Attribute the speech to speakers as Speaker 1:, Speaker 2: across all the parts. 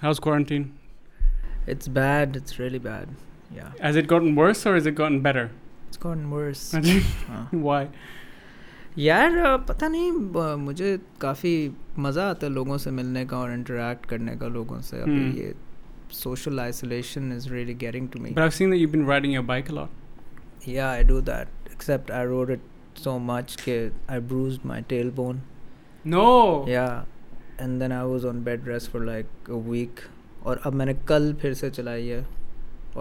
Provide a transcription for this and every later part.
Speaker 1: How's quarantine?
Speaker 2: It's bad. It's really bad. Yeah.
Speaker 1: Has it gotten worse or has it gotten better?
Speaker 2: It's gotten worse. हाँ.
Speaker 1: Why?
Speaker 2: यार अ, पता नहीं ब- मुझे काफ़ी मज़ा आता है लोगों से मिलने का और इंटरेक्ट करने का लोगों से अभी
Speaker 1: Hmm.
Speaker 2: ये social isolation is really getting to me
Speaker 1: But I've seen that you've been riding your bike a lot.
Speaker 2: Yeah, I do that. Except I rode it so much that I bruised my tailbone.
Speaker 1: No.
Speaker 2: Yeah, and then I was on bed rest for like a week. और अब मैंने कल फिर से चलाई है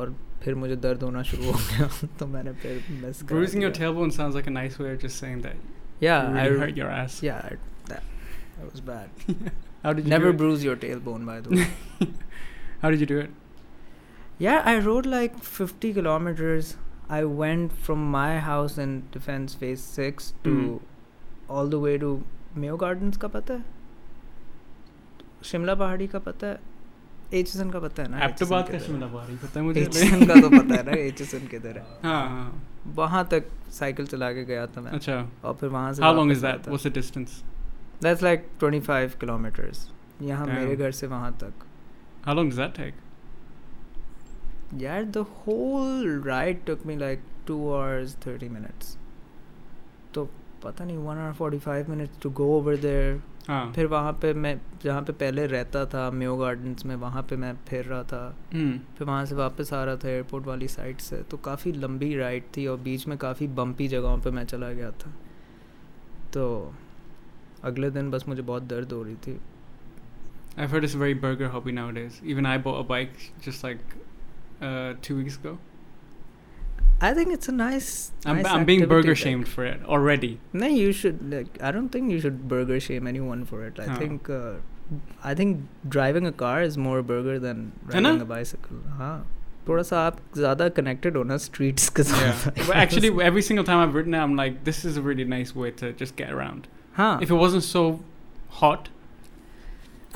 Speaker 2: और फिर मुझे दर्द होना शुरू हो गया तो मैंने फिर मिस कर
Speaker 1: Bruising your tailbone sounds like a nice way of just saying that
Speaker 2: Yeah,
Speaker 1: you
Speaker 2: I
Speaker 1: really hurt your ass.
Speaker 2: Yeah, I, that, that was bad.
Speaker 1: How did you
Speaker 2: Never
Speaker 1: do it?
Speaker 2: bruise your tailbone by the way.
Speaker 1: How did you do it?
Speaker 2: Yeah, I rode like 50 kilometers. I went from my house in Defense Phase 6 to
Speaker 1: Mm.
Speaker 2: all the way to Mayo Gardens का पता है? शिमला पहाड़ी का पता है? HSN का पता है ना?
Speaker 1: आप तो
Speaker 2: HSN
Speaker 1: बात
Speaker 2: किधर
Speaker 1: कर
Speaker 2: है?
Speaker 1: शिमला बारी पता है मुझे
Speaker 2: HSN का तो पता है ना एचएसएन किधर है?
Speaker 1: हाँ हाँ,
Speaker 2: वहाँ तक साइकिल चला के गया था मैं
Speaker 1: अच्छा
Speaker 2: और फिर वहाँ से
Speaker 1: ah. How long
Speaker 2: वापस
Speaker 1: is
Speaker 2: आया
Speaker 1: that?
Speaker 2: था।
Speaker 1: What's the distance?
Speaker 2: That's like 25 kilometers. यहाँ
Speaker 1: Damn.
Speaker 2: मेरे घर से वहाँ तक
Speaker 1: How long does that take?
Speaker 2: Yeah, the whole ride took me like two hours thirty minutes. तो पता नहीं one hour forty five minutes to go over there
Speaker 1: हाँ
Speaker 2: फिर वहाँ पे मैं जहाँ पे पहले रहता था मेयो गार्डन्स में वहाँ पे मैं फिर रहा था
Speaker 1: हम्म
Speaker 2: फिर वहाँ से वापस आ रहा था एयरपोर्ट वाली साइड से तो काफ़ी लंबी राइड थी और बीच में काफ़ी बम्पी जगहों पे मैं चला गया था तो अगले दिन बस मुझे बहुत दर्द हो रही थी
Speaker 1: I've heard it's a very burger hobby nowadays. Even I bought a bike just like uh, two weeks ago.
Speaker 2: I think it's a nice
Speaker 1: I'm, I'm being burger shamed for it already.
Speaker 2: No, you should like. I don't think you should burger shame anyone for it. I
Speaker 1: Huh.
Speaker 2: think, uh, I think driving a car is more burger than
Speaker 1: है ना?
Speaker 2: riding a bicycle. हाँ, थोड़ा सा आप ज़्यादा connected हो ना streets के
Speaker 1: Yeah.
Speaker 2: साथ.
Speaker 1: but actually, every single time I've ridden it, I'm like, this is a really nice way to just get around.
Speaker 2: हाँ.
Speaker 1: If it wasn't so hot,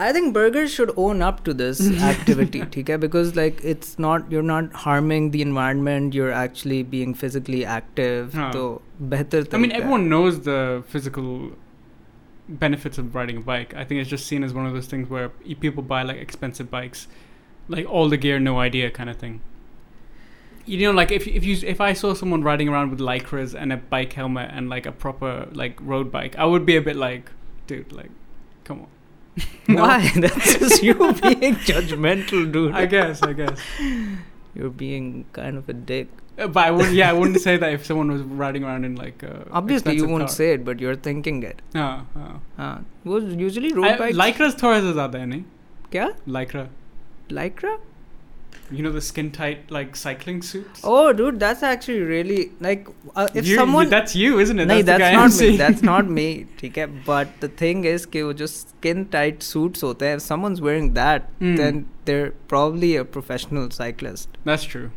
Speaker 2: I think burgers should own up to this activity, ठीक है? Because like it's not you're not harming the environment. You're actually being physically active.
Speaker 1: हाँ.
Speaker 2: तो बेहतर
Speaker 1: I mean,
Speaker 2: तरीका है.
Speaker 1: everyone knows the physical benefits of riding a bike. I think it's just seen as one of those things where e- people buy like expensive bikes, like all the gear, no idea kind of thing. You know, like if if you if I saw someone riding around with lycras and a bike helmet and like a proper like road bike, I would be a bit like, dude, like, come on. No?
Speaker 2: Why? That's just you being judgmental, dude.
Speaker 1: I guess, I guess.
Speaker 2: You're being kind of a dick.
Speaker 1: Uh, But I would, yeah, I wouldn't say that if someone was riding around in like a
Speaker 2: Obviously, you
Speaker 1: expensive
Speaker 2: won't
Speaker 1: car.
Speaker 2: say it, but you're thinking it.
Speaker 1: No, no.
Speaker 2: हाँ वो usually road
Speaker 1: I,
Speaker 2: bikes
Speaker 1: lycras थोड़ा सा ज़्यादा है नहीं
Speaker 2: क्या
Speaker 1: lycra.
Speaker 2: lycra?
Speaker 1: You know the skin tight like cycling suits.
Speaker 2: Oh, dude, that's actually really like uh, if
Speaker 1: You- you-
Speaker 2: someone.
Speaker 1: that's you, isn't it?
Speaker 2: नहीं
Speaker 1: the guy
Speaker 2: that's
Speaker 1: I'm
Speaker 2: not me
Speaker 1: seeing.
Speaker 2: that's not me ठीक है but the thing is कि वो जो skin tight suits होते हैं if someone's wearing that
Speaker 1: Hmm.
Speaker 2: then they're probably a professional cyclist
Speaker 1: That's true.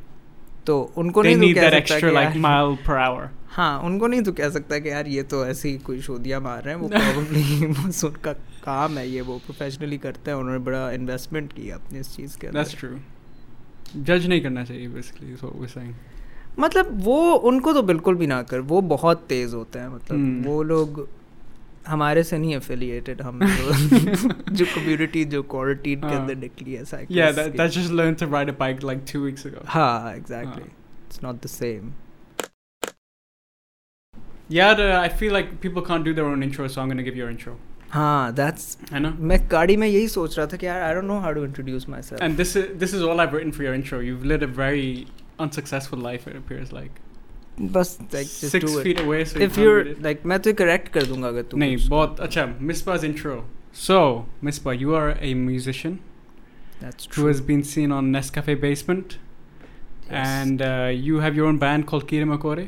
Speaker 2: तो उनको
Speaker 1: they
Speaker 2: नहीं
Speaker 1: need
Speaker 2: तो कह
Speaker 1: that
Speaker 2: सकता
Speaker 1: extra
Speaker 2: कि
Speaker 1: like
Speaker 2: यार-
Speaker 1: mile per hour.
Speaker 2: हाँ उनको नहीं तो कह सकता कि यार ये तो ऐसे ही कोई शोधिया मार रहे हैं वो probably बस उनका काम है ये वो प्रोफेशनली करते हैं उन्होंने बड़ा इन्वेस्टमेंट किया अपने इस चीज़ के
Speaker 1: That's
Speaker 2: अंदर
Speaker 1: true. Judge नहीं करना चाहिए basically is what we're saying.
Speaker 2: मतलब वो उनको तो बिल्कुल भी ना कर वो बहुत तेज़ होते हैं मतलब
Speaker 1: हम्म।
Speaker 2: वो लोग हमारे से नहीं एफिलिएटेड हम तो जो कम्युनिटी जो क्वालिटी के
Speaker 1: हाँ।
Speaker 2: अंदर निकली है cycle
Speaker 1: Yeah, that, that's just learned to ride a bike like two weeks ago.
Speaker 2: हाँ exactly it's not the same
Speaker 1: Yeah, the, I feel like people can't do their own intro, so I'm gonna give your intro.
Speaker 2: हाँ that's
Speaker 1: I know.
Speaker 2: मैं गाड़ी में यही सोच रहा था कि यार I don't know how to introduce myself
Speaker 1: And this is this is all I've written for your intro. You've led a very unsuccessful life. It appears like
Speaker 2: बस like just
Speaker 1: six
Speaker 2: do it.
Speaker 1: feet away. So you
Speaker 2: If
Speaker 1: can't
Speaker 2: you're
Speaker 1: read it.
Speaker 2: like मैं तो correct कर दूंगा अगर तू
Speaker 1: नहीं
Speaker 2: कुछ-
Speaker 1: बहुत अच्छा मिसबा's intro. So Misba, you are a musician
Speaker 2: That's
Speaker 1: who
Speaker 2: true.
Speaker 1: has been seen on Nescafe Basement,
Speaker 2: Yes.
Speaker 1: and uh, you have your own band called Kire Makore,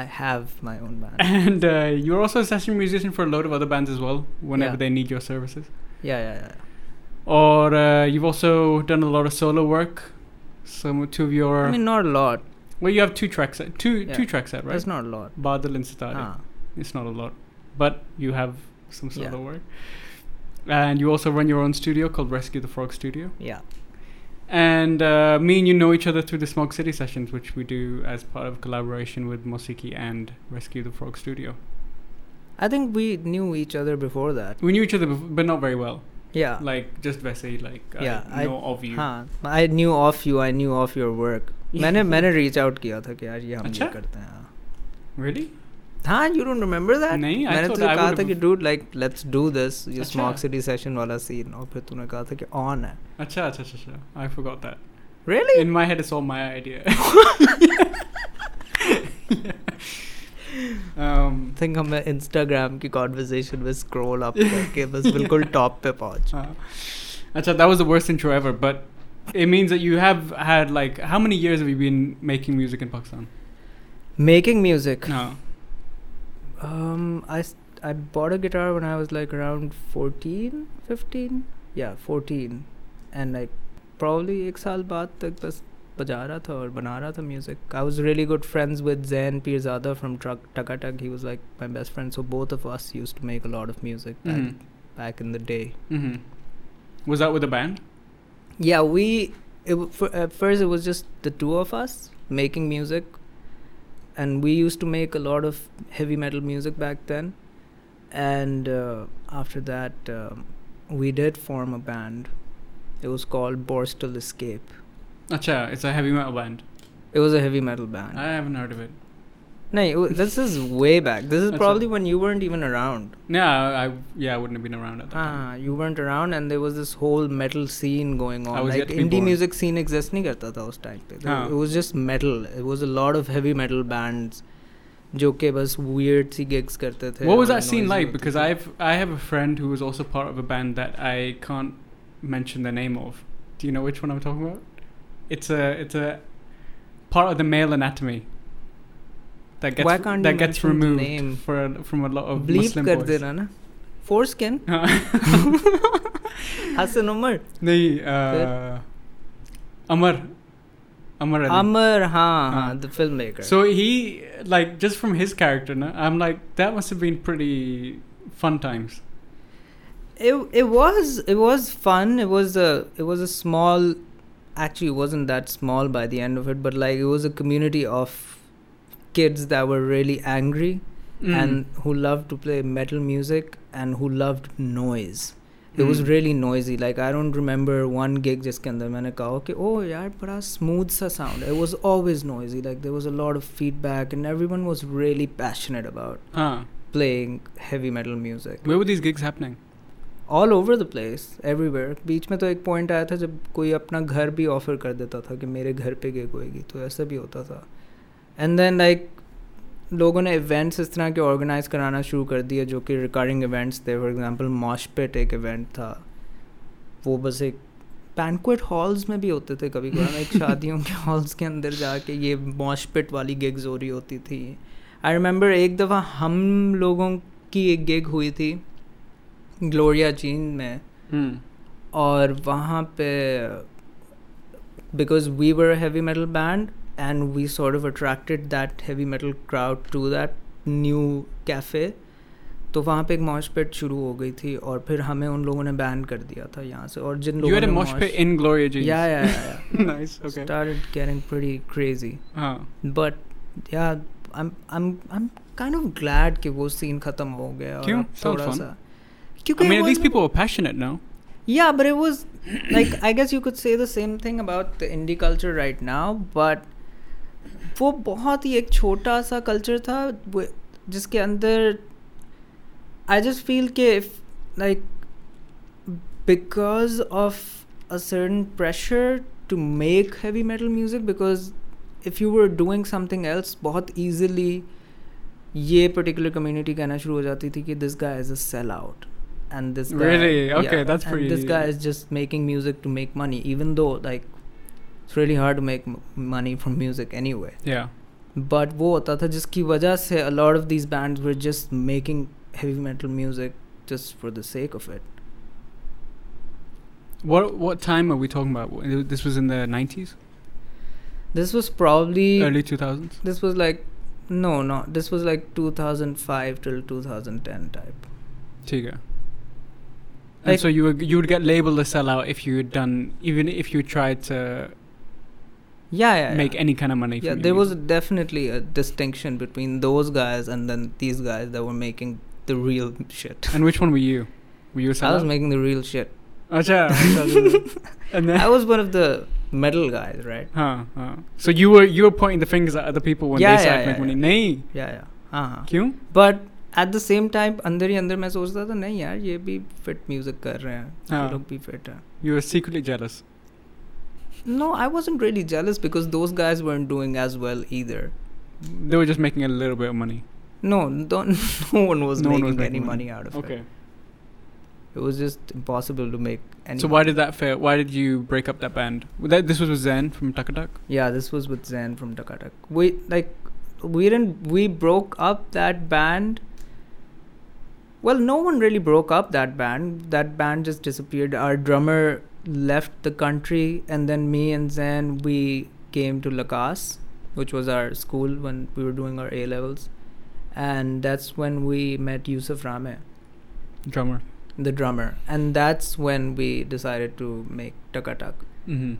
Speaker 2: I have my own band.
Speaker 1: and uh, you're also a session musician for a load of other bands as well. Whenever
Speaker 2: Yeah.
Speaker 1: they need your services,
Speaker 2: yeah, yeah, yeah.
Speaker 1: or uh, you've also done a lot of solo work. Some two of your
Speaker 2: I mean not a lot.
Speaker 1: well, you have two tracks, out- two
Speaker 2: Yeah.
Speaker 1: two tracks out, right?
Speaker 2: That's not a lot.
Speaker 1: Badal and Sitare.
Speaker 2: हाँ.
Speaker 1: It's not a lot, but you have some solo
Speaker 2: Yeah.
Speaker 1: work. And you also run your own studio called Rescue the Frog Studio.
Speaker 2: Yeah.
Speaker 1: And uh, me and you know each other through the Smog City sessions, which we do as part of collaboration with Mosiki and Rescue the Frog Studio.
Speaker 2: I think we knew each other before that.
Speaker 1: We knew each other, bef- but not very well.
Speaker 2: या
Speaker 1: like just वैसे ही like I
Speaker 2: Ah. Yeah, I-
Speaker 1: know of you
Speaker 2: हाँ I knew of you I knew of your work मैंने मैंने reach out किया था कि यार ये हम
Speaker 1: अच्छा?
Speaker 2: ये करते हैं हाँ।
Speaker 1: really
Speaker 2: हाँ यू डोंट रिमेम्बर दैट
Speaker 1: नहीं, I
Speaker 2: मैंने
Speaker 1: thought
Speaker 2: तुझे
Speaker 1: I
Speaker 2: कहा
Speaker 1: would
Speaker 2: था कि
Speaker 1: have-
Speaker 2: dude like let's do this ये
Speaker 1: अच्छा।
Speaker 2: स्मॉक सिटी सेशन वाला सीन और फिर तूने कहा था कि ऑन है
Speaker 1: अच्छा अच्छा अच्छा अच्छा I forgot that
Speaker 2: really
Speaker 1: in my head it's all my idea um
Speaker 2: think हम इंस्टाग्राम की कॉन्वर्जेशन में स्क्रॉल अप करके बस बिल्कुल टॉप पे पहुंच
Speaker 1: uh, अच्छा that was the worst intro ever but it means that you have had like how many years have you been making music in Pakistan
Speaker 2: making music
Speaker 1: no
Speaker 2: Um, I s- I bought a guitar when I was like around 14, 15. Yeah, 14. And like probably एक साल बाद तक बस बजा रहा था और बना रहा था music. I was really good friends with Zain Pirzada from Truck Takatak. He was like my best friend. So both of us used to make a lot of music back,
Speaker 1: Mhm.
Speaker 2: back in the day.
Speaker 1: mm-hmm. was that with a band
Speaker 2: Yeah, we it, w- for, at first it was just the two of us making music, and we used to make a lot of heavy metal music back then. And uh, after that, um, we did form a band. It was called Borstal Escape.
Speaker 1: अच्छा it's a heavy metal band
Speaker 2: It was a heavy metal band.
Speaker 1: I haven't heard of it
Speaker 2: no, it wa- this is way back. This is
Speaker 1: That's
Speaker 2: probably
Speaker 1: a-
Speaker 2: when you weren't even around.
Speaker 1: no I yeah I wouldn't have been around at that
Speaker 2: Ah, you weren't around, and there was this whole metal scene going on.
Speaker 1: I was
Speaker 2: like
Speaker 1: yet to be
Speaker 2: indie
Speaker 1: born.
Speaker 2: music scene exists नहीं करता था उस time पे.
Speaker 1: हाँ.
Speaker 2: It was just metal. It was a lot of heavy metal bands जो के बस weird सी gigs करते थे.
Speaker 1: What was
Speaker 2: और
Speaker 1: that scene
Speaker 2: noisy
Speaker 1: like?
Speaker 2: होती
Speaker 1: Because
Speaker 2: थी.
Speaker 1: I've I have a friend who was also part of a band that I can't mention the name of. Do you know which one I'm talking about? It's a it's a part of the male anatomy that gets
Speaker 2: Why can't
Speaker 1: that
Speaker 2: you
Speaker 1: gets
Speaker 2: mention the
Speaker 1: removed
Speaker 2: name?
Speaker 1: for a- from a lot of
Speaker 2: bleep
Speaker 1: uh, Muslim
Speaker 2: कर
Speaker 1: boys.
Speaker 2: देना ना. Foreskin. Hasan Umar.
Speaker 1: नहीं, uh, Amar, Amar Ali.
Speaker 2: अमर हाँ
Speaker 1: हाँ.
Speaker 2: हाँ the filmmaker.
Speaker 1: So he like just from his character, no, I'm like that must have been pretty fun times.
Speaker 2: it it was it was fun it was a it was a small actually it wasn't that small by the end of it but like it was a community of kids that were really angry
Speaker 1: Mm.
Speaker 2: and who loved to play metal music and who loved noise it was
Speaker 1: Mm.
Speaker 2: really noisy like i don't remember one gig just के अंदर मैंने कहा कि oh यार बड़ा smooth सा sound it was always noisy like there was a lot of feedback and everyone was really passionate about
Speaker 1: Ah.
Speaker 2: playing heavy metal music
Speaker 1: Where were these gigs happening?
Speaker 2: All over the place everywhere बीच में तो एक point आया था जब कोई अपना घर भी ऑफर कर देता था कि मेरे घर पे गिग होएगी तो ऐसा भी होता था एंड देन लाइक लोगों ने इवेंट्स इस तरह के ऑर्गेनाइज कराना शुरू कर दिए जो कि रिकॉर्डिंग इवेंट्स थे फॉर एग्जांपल मॉश पिट एक इवेंट था वो बस एक बैंकुएट हॉल्स में भी होते थे कभी कभार लाइक शादियों के हॉल्स के अंदर जाके ये मॉश पिट वाली गिग्स हो रही होती थी आई रिमेंबर एक दफ़ा हम लोगों की एक गिग हुई थी ग्लोरिया चीन में
Speaker 1: Hmm.
Speaker 2: और वहाँ पे because we were heavy metal band and we sort of attracted that heavy metal crowd to that new cafe तो वहाँ पे एक मॉश पिट शुरू हो गई थी और फिर हमें उन लोगों ने बैन कर दिया था यहाँ से और जिन
Speaker 1: you
Speaker 2: लोगों
Speaker 1: had a
Speaker 2: ने
Speaker 1: mosh pit in Gloria Jeans.
Speaker 2: Yeah yeah yeah
Speaker 1: nice. Okay. Ah.
Speaker 2: started getting pretty crazy
Speaker 1: Huh.
Speaker 2: but yeah i'm i'm i'm kind of glad कि वो सीन खत्म हो गया और
Speaker 1: क्यों?
Speaker 2: अब
Speaker 1: Sounds
Speaker 2: थोड़ा
Speaker 1: fun.
Speaker 2: सा
Speaker 1: I
Speaker 2: क्योंकि
Speaker 1: mean,
Speaker 2: it
Speaker 1: at least
Speaker 2: wasn't-
Speaker 1: people were passionate now.
Speaker 2: Yeah, but it was like I guess you could say the same thing about the indie culture right now, but वो बहुत ही एक छोटा सा culture था वो- जिसके अंदर आई जस्ट फील के like because of a certain pressure to make heavy metal music because if you were doing something else बहुत ईजिली ये पर्टिकुलर कम्युनिटी कहना शुरू हो जाती थी कि this guy is a sell out and this
Speaker 1: Really? Okay, that's
Speaker 2: and this
Speaker 1: pretty-
Speaker 2: guy is just making music to make money even though like it's really hard to make m- money from music anyway
Speaker 1: Yeah.
Speaker 2: But वो होता था जिसकी वजह से a lot of these bands were just making heavy metal music just for the sake of it
Speaker 1: What what time are we talking about? Wh- This was in the nineties,
Speaker 2: this was probably
Speaker 1: early two thousands.
Speaker 2: this was like no no this was like 2005 till 2010 type
Speaker 1: Tiga. And
Speaker 2: Like-
Speaker 1: so you were, you would get labeled a sellout if you had done even if you tried to
Speaker 2: yeah yeah
Speaker 1: make
Speaker 2: yeah.
Speaker 1: any kind of money.
Speaker 2: yeah
Speaker 1: from
Speaker 2: there
Speaker 1: your
Speaker 2: was
Speaker 1: music.
Speaker 2: definitely a distinction between those guys and then these guys that were making the real shit
Speaker 1: and which one were you? Were you a sellout?
Speaker 2: I was making the real shit.
Speaker 1: अच्छा and then
Speaker 2: I was one of the metal guys, right?
Speaker 1: हाँ हाँ so you were you were pointing the fingers at other people when
Speaker 2: Yeah,
Speaker 1: they
Speaker 2: yeah,
Speaker 1: started
Speaker 2: yeah,
Speaker 1: making money
Speaker 2: yeah.
Speaker 1: नहीं
Speaker 2: Yeah, Uh-huh. yeah. हाँ हाँ
Speaker 1: क्यों
Speaker 2: but at the same time अंदर ही अंदर मैं सोचता था नहीं यार ये भी फिट म्यूजिक कर रहे हैं
Speaker 1: हाँ।
Speaker 2: ये लोग भी फिट हैं
Speaker 1: you were secretly jealous
Speaker 2: No, I wasn't really jealous because those guys weren't doing as well either.
Speaker 1: they were just making a little bit of money
Speaker 2: No, don't, no one was
Speaker 1: No one
Speaker 2: making
Speaker 1: was making
Speaker 2: any
Speaker 1: money.
Speaker 2: money. out of
Speaker 1: okay
Speaker 2: it. It was just impossible to make any.
Speaker 1: so why did that fail why did you break up that band that, this was with Zen from Takatak
Speaker 2: Yeah, this was with Zen from Takatak. We like we didn't we broke up that band. Well, no one really broke up that band. That band just disappeared. Our drummer left the country and then me and Zen we came to Lakas, which was our school when we were doing our A levels. And that's when we met Yusuf Rame,
Speaker 1: drummer
Speaker 2: the drummer. And that's when we decided to make Takatak
Speaker 1: mm-hmm.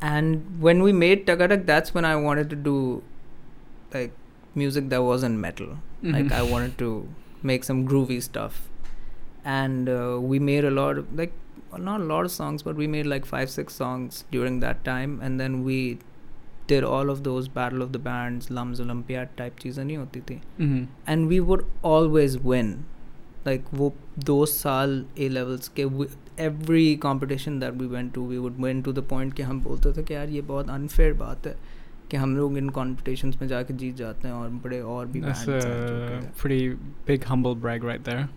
Speaker 2: and when we made Tagadak, that's when I wanted to do like music that wasn't metal. Like
Speaker 1: Mhm.
Speaker 2: I wanted to make some groovy stuff, and uh, we made a lot of like well, not a lot of songs, but we made like five six songs during that time, and then we did all of those Battle of the Bands, Lums Olympiad type चीजें नहीं होती थी
Speaker 1: Mm-hmm.
Speaker 2: and we would always win like wo those साल A levels के we- every competition that we went to we would win to the point कि हम बोलते थे कि यार ये बहुत unfair बात है कि हम लोग इन competitions में जाके जीत जाते हैं और बड़े और भी
Speaker 1: that's uh,
Speaker 2: bands हैं जो
Speaker 1: a
Speaker 2: कि-
Speaker 1: pretty big humble brag right there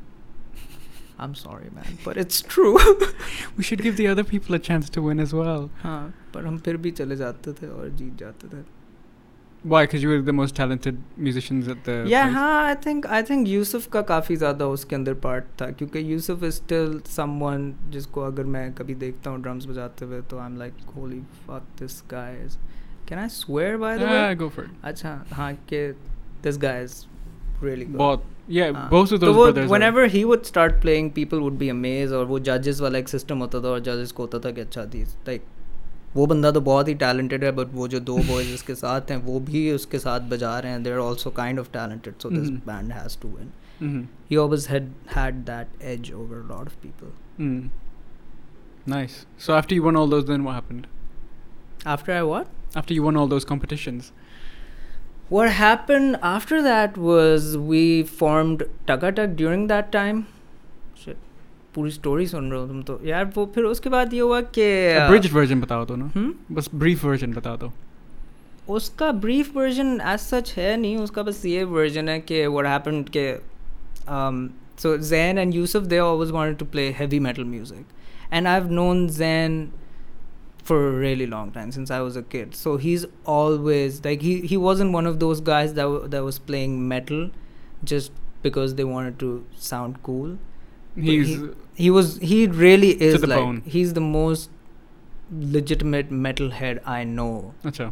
Speaker 2: I'm sorry man but it's true
Speaker 1: we should give the other people a chance to win as well
Speaker 2: हाँ पर हम फिर भी चले जाते थे और जीत जाते थे
Speaker 1: why because you were the most talented musicians at the
Speaker 2: या
Speaker 1: place.
Speaker 2: हाँ I think I think Yusuf का काफ़ी ज़्यादा उसके अंदर पार्ट था क्योंकि यूसुफ इज स्टिल समवन जिसको अगर मैं कभी देखता हूँ ड्रम्स बजाते हुए तो I am like holy fuck this guy is can I swear by the
Speaker 1: yeah
Speaker 2: way
Speaker 1: go for it
Speaker 2: अच्छा हाँ कि this guy is really
Speaker 1: both yeah both of those brothers are-
Speaker 2: Uh, हाँ। तो whenever he would start playing people would be amazed और वो judges वाला एक system होता था और judges को होता था कि अच्छा these like वो बंदा तो बहुत ही टैलेंटेड है बट वो जो दो बॉयज उसके साथ हैं वो भी उसके साथ बजा रहे हैं they're also kind of talented so this
Speaker 1: Mhm.
Speaker 2: Band has to win
Speaker 1: Mhm.
Speaker 2: He always had had that edge over lot of people
Speaker 1: Mm. Nice. So after you won all those, then what happened?
Speaker 2: After I what
Speaker 1: After you won all those competitions.
Speaker 2: What happened after that was we formed Tagatak during that time. Shit, पूरी story सुन रहे हो तुम तो यार वो फिर उसके बाद ये हुआ कि
Speaker 1: Abridged version बताओ तो ना.
Speaker 2: हम्म
Speaker 1: बस brief version बता दो.
Speaker 2: Mm-hmm. उसका ब्रीफ वर्जन एज सच है नहीं उसका बस ये वर्जन है कि um, व्हाट हैपेंड के so Zain and Yusuf they always wanted to play heavy metal music and I have known Zain for a really long time since I was a kid. So he's always like he he wasn't one of those guys that w- that was playing metal just because they wanted to sound cool. But
Speaker 1: He's
Speaker 2: he, he was he really is
Speaker 1: the
Speaker 2: like
Speaker 1: bone.
Speaker 2: he's the most legitimate metalhead I know.
Speaker 1: अच्छा.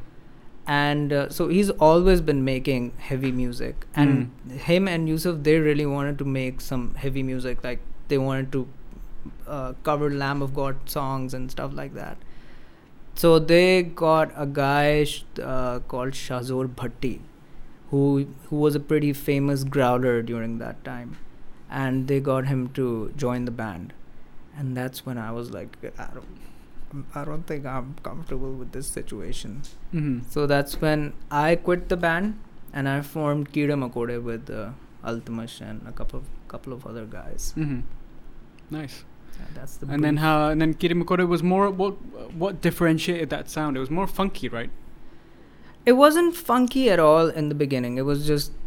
Speaker 2: And uh, so he's always been making heavy music, and him and Yusuf they really wanted to make some heavy music. Like they wanted to uh, cover Lamb of God songs and stuff like that. So they got a guy sh- uh, called Shazor Bhatti, who who was a pretty famous growler during that time, and they got him to join the band, and that's when I was like, I don't, I don't think I'm comfortable with this situation.
Speaker 1: Mhm.
Speaker 2: So that's when I quit the band and I formed Kira Makode with uh, Altamash and a couple of couple of other guys.
Speaker 1: Mhm. Nice.
Speaker 2: Yeah, that's the
Speaker 1: And then
Speaker 2: brief.
Speaker 1: how? And then Kirimakore was more. What? What differentiated that sound? It was more funky, right?
Speaker 2: it wasn't funky at all in the beginning. It was just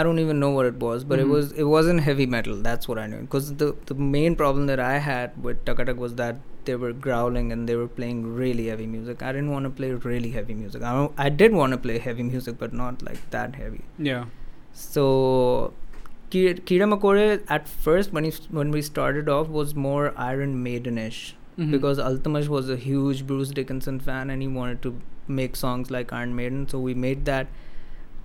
Speaker 2: I don't even know what it was, but
Speaker 1: Mhm.
Speaker 2: it was it wasn't heavy metal. That's what I knew because the the main problem that I had with Takatak was that they were growling and they were playing really heavy music. I didn't want to play really heavy music. I I did want to play heavy music, but not like that heavy.
Speaker 1: Yeah.
Speaker 2: So, Ki- Kira Makore at first when he, when we started off was more Iron Maidenish
Speaker 1: Mhm.
Speaker 2: because Altamash was a huge Bruce Dickinson fan and he wanted to make songs like Iron Maiden, so we made that.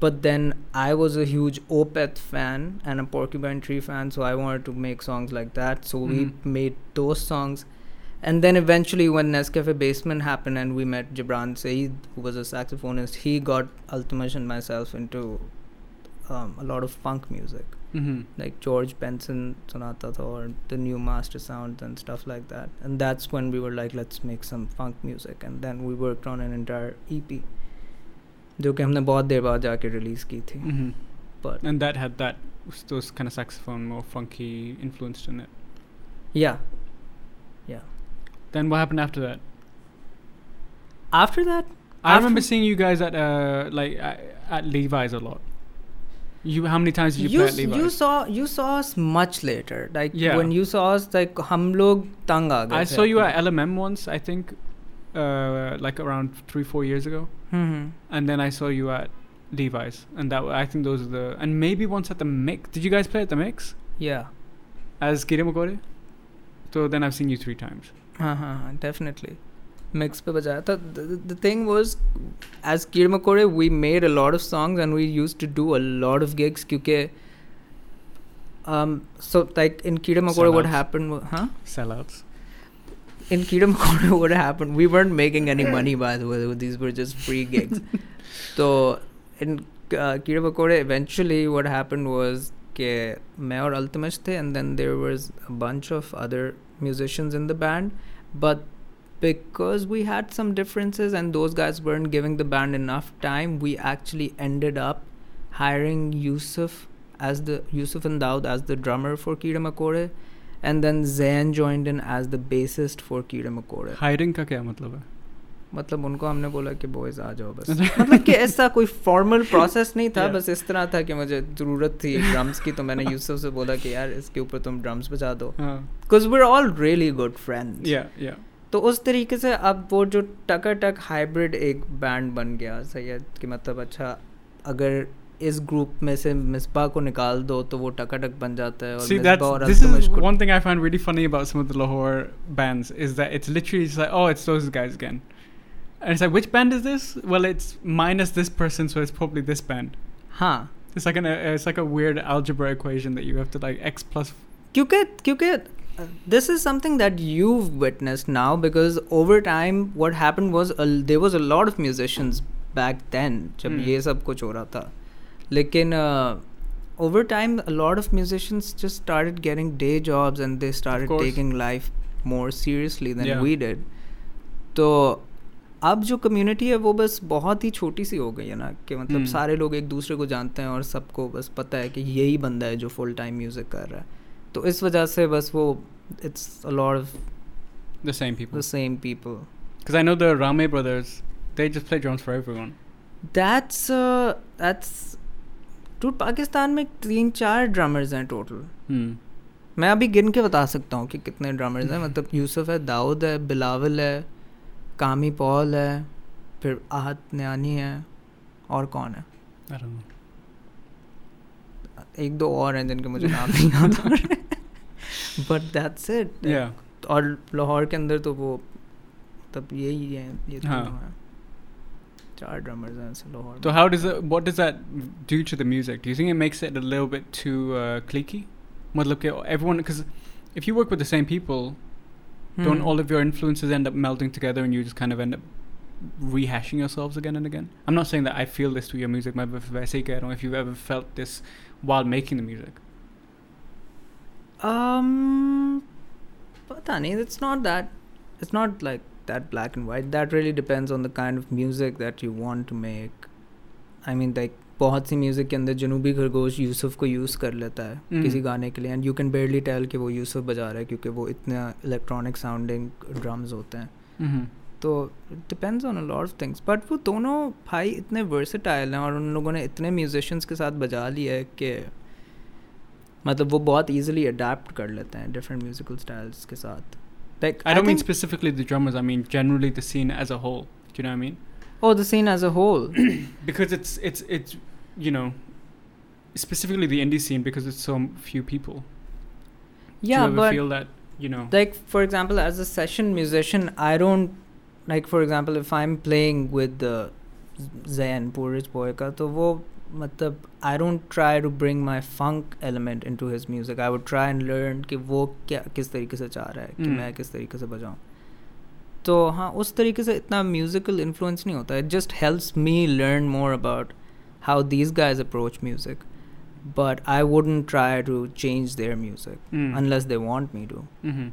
Speaker 2: But then I was a huge Opeth fan and a Porcupine Tree fan, so I wanted to make songs like that. So
Speaker 1: Mhm.
Speaker 2: we made those songs. And then eventually, when Nescafe Basement happened and we met Gibran Saeed, who was a saxophonist, he got Altamash and myself into um, a lot of funk music.
Speaker 1: Mhm.
Speaker 2: like George Benson Sonata or the new master sounds and stuff like that. And that's when we were like, let's make some funk music. And then we worked on an entire EP, जो कि हमने बहुत देर बाद जाके release की थी
Speaker 1: Mhm.
Speaker 2: But
Speaker 1: And that had that was those kind of saxophone more funky influenced in it.
Speaker 2: Yeah
Speaker 1: Then what happened after that?
Speaker 2: After that
Speaker 1: I remember
Speaker 2: After-
Speaker 1: seeing you guys at uh like at, at Levi's a lot. You how many times did you,
Speaker 2: you
Speaker 1: play at
Speaker 2: s-
Speaker 1: Levi's?
Speaker 2: you saw you saw us much later like
Speaker 1: Yeah.
Speaker 2: when you saw us like हम लोग तंग आ गए
Speaker 1: I
Speaker 2: थे
Speaker 1: saw you
Speaker 2: अपने-
Speaker 1: at LMM once, I think, uh, like around three four years ago,
Speaker 2: hmm, hmm.
Speaker 1: and then I saw you at Levi's, and that wa- I think those are the and maybe once at the mix. Did you guys play at the mix
Speaker 2: Yeah.
Speaker 1: as Kirimogore? So then I've seen you three times.
Speaker 2: हाँ हाँ हाँ definitely mix पे बजाया था the thing was as कीड़ मकोड़े we made a lot of songs and we use to do a lot of gigs क्योंकि um, so like in कीड़े मकोड़े वट
Speaker 1: Sellouts.
Speaker 2: हैपन हाँ
Speaker 1: Sellouts.
Speaker 2: in Kingdom Corner what happened we weren't making any money by the way these were just free gigs so in uh, Kingdom Corner eventually what happened was ke मैं और अल्तमश थे and then there was a bunch of other musicians in the band but because we had some differences and those guys weren't giving the band enough time we actually ended up hiring Yusuf as the Yusuf and Daud as the drummer for Kira Makore and then Zayn joined in as the bassist for Kira Makore
Speaker 1: Hiring का क्या मतलब है?
Speaker 2: मतलब उनको हमने बोला कि boys आ जाओ बस मतलब कि ऐसा कोई formal process नहीं था
Speaker 1: Yeah.
Speaker 2: बस इस तरह था कि मुझे ज़रूरत थी drums की तो मैंने Yusuf से बोला कि यार इसके ऊपर तुम drums बजा दो
Speaker 1: हाँ.
Speaker 2: because we're all really good friends
Speaker 1: Uh, Yeah, yeah.
Speaker 2: तो उस तरीके से अब वो जो टकाटक हाइब्रिड एक बैंड बन गया सैयद कि मतलब अच्छा अगर इस ग्रुप में से मिसबा को निकाल दो तो वो टकाटक बन जाता है और
Speaker 1: See,
Speaker 2: मिसबा
Speaker 1: that's
Speaker 2: और
Speaker 1: this
Speaker 2: अल्तमश
Speaker 1: is
Speaker 2: को
Speaker 1: one thing I find really funny about some of the Lahore bands is that it's literally just like, oh, it's those guys again, and it's like, which band is this? Well, it's minus this person, so it's probably this band.
Speaker 2: हाँ
Speaker 1: It's like an uh, it's like a weird algebra equation that you have to like x plus.
Speaker 2: क्योंकि क्योंकि this is something that you witness now because over time what happened was there was a lot of musicians back then जब
Speaker 1: Hmm.
Speaker 2: ये सब कुछ हो रहा था लेकिन uh, over time a lot of musicians just started getting day jobs and they started
Speaker 1: course.
Speaker 2: Taking life more seriously then
Speaker 1: Yeah.
Speaker 2: We did तो अब जो कम्युनिटी है वो बस बहुत ही छोटी सी हो गई है ना कि मतलब
Speaker 1: Hmm.
Speaker 2: सारे लोग एक दूसरे को जानते हैं और सबको बस पता है कि यही बंदा है जो फुल टाइम म्यूज़िक कर रहा है तो इस वजह से बस वो it's a lot of
Speaker 1: The same people.
Speaker 2: The same people
Speaker 1: Because I know the Rame brothers, they just play drums for everyone.
Speaker 2: That's that's to uh, Pakistan में तीन चार ड्रमर्स हैं टोटल
Speaker 1: Hmm.
Speaker 2: मैं अभी गिन के बता सकता हूँ कि कितने ड्रमर्स हैं मतलब यूसुफ है दाऊद है बिलावल है कामी पॉल है फिर आहत न्यानी है और कौन है
Speaker 1: I don't know.
Speaker 2: एक दो और हैं जिनके मुझे नाम नहीं याद आ रहे बट दैट्स इट
Speaker 1: Yeah.
Speaker 2: और लाहौर के अंदर तो वो तब यही है ये
Speaker 1: हाँ।
Speaker 2: तीनों हैं चार ड्रमर्स हैं ऐसे लाहौर
Speaker 1: So
Speaker 2: में।
Speaker 1: how does it, what does that do to the music? Do you think it makes it a little bit too uh, cliquey? मतलब कि everyone because if you work with the same people, don't
Speaker 2: hmm.
Speaker 1: all of your influences end up melting together and you just kind of end up rehashing yourselves again and again? I'm not saying that I feel this through your music, my I don't know if you've ever felt this while making the music.
Speaker 2: Um, pata nahi, it's not that. It's not like that black and white. That really depends on the kind of music that you want to make. I mean, like बहुत सी music के अंदर जनूबी खरगोश यूसुफ को use कर लेता है
Speaker 1: Mm.
Speaker 2: किसी गाने के लिए and you can barely tell कि वो यूसुफ बजा रहा है क्योंकि वो इतने इलेक्ट्रॉनिक साउंडिंग ड्रम्स होते हैं
Speaker 1: Mm-hmm.
Speaker 2: तो depends on a lot of things but वो दोनों भाई इतने वर्सेटाइल हैं और उन लोगों ने इतने म्यूजिशंस के साथ बजा लिया है कि मतलब वो बहुत ईजिली अडेप्ट कर लेते हैं डिफरेंट म्यूजिकल स्टाइल्स के साथ like
Speaker 1: I don't mean specifically the drummers. I mean generally the scene as a whole. Do you know what I mean?
Speaker 2: Oh the scene as a whole
Speaker 1: Because it's it's it's you know specifically the indie scene because it's so few people.
Speaker 2: या
Speaker 1: Do you ever
Speaker 2: but
Speaker 1: feel that you know?
Speaker 2: like for example as a session musician i don't like for example if i'm playing with the zayn Purich boyka to wo matlab i don't try to bring my funk element into his music i would try and learn कि वो क्या किस तरीके से चाह रहा है कि
Speaker 1: Hmm.
Speaker 2: मैं किस तरीके से बजाऊं तो हाँ उस तरीके से इतना म्यूजिकल इन्फ्लुएंस नहीं होता it just helps me learn more about how these guys approach music but I wouldn't try to change their music
Speaker 1: Mm.
Speaker 2: unless they want me to
Speaker 1: mm-hmm.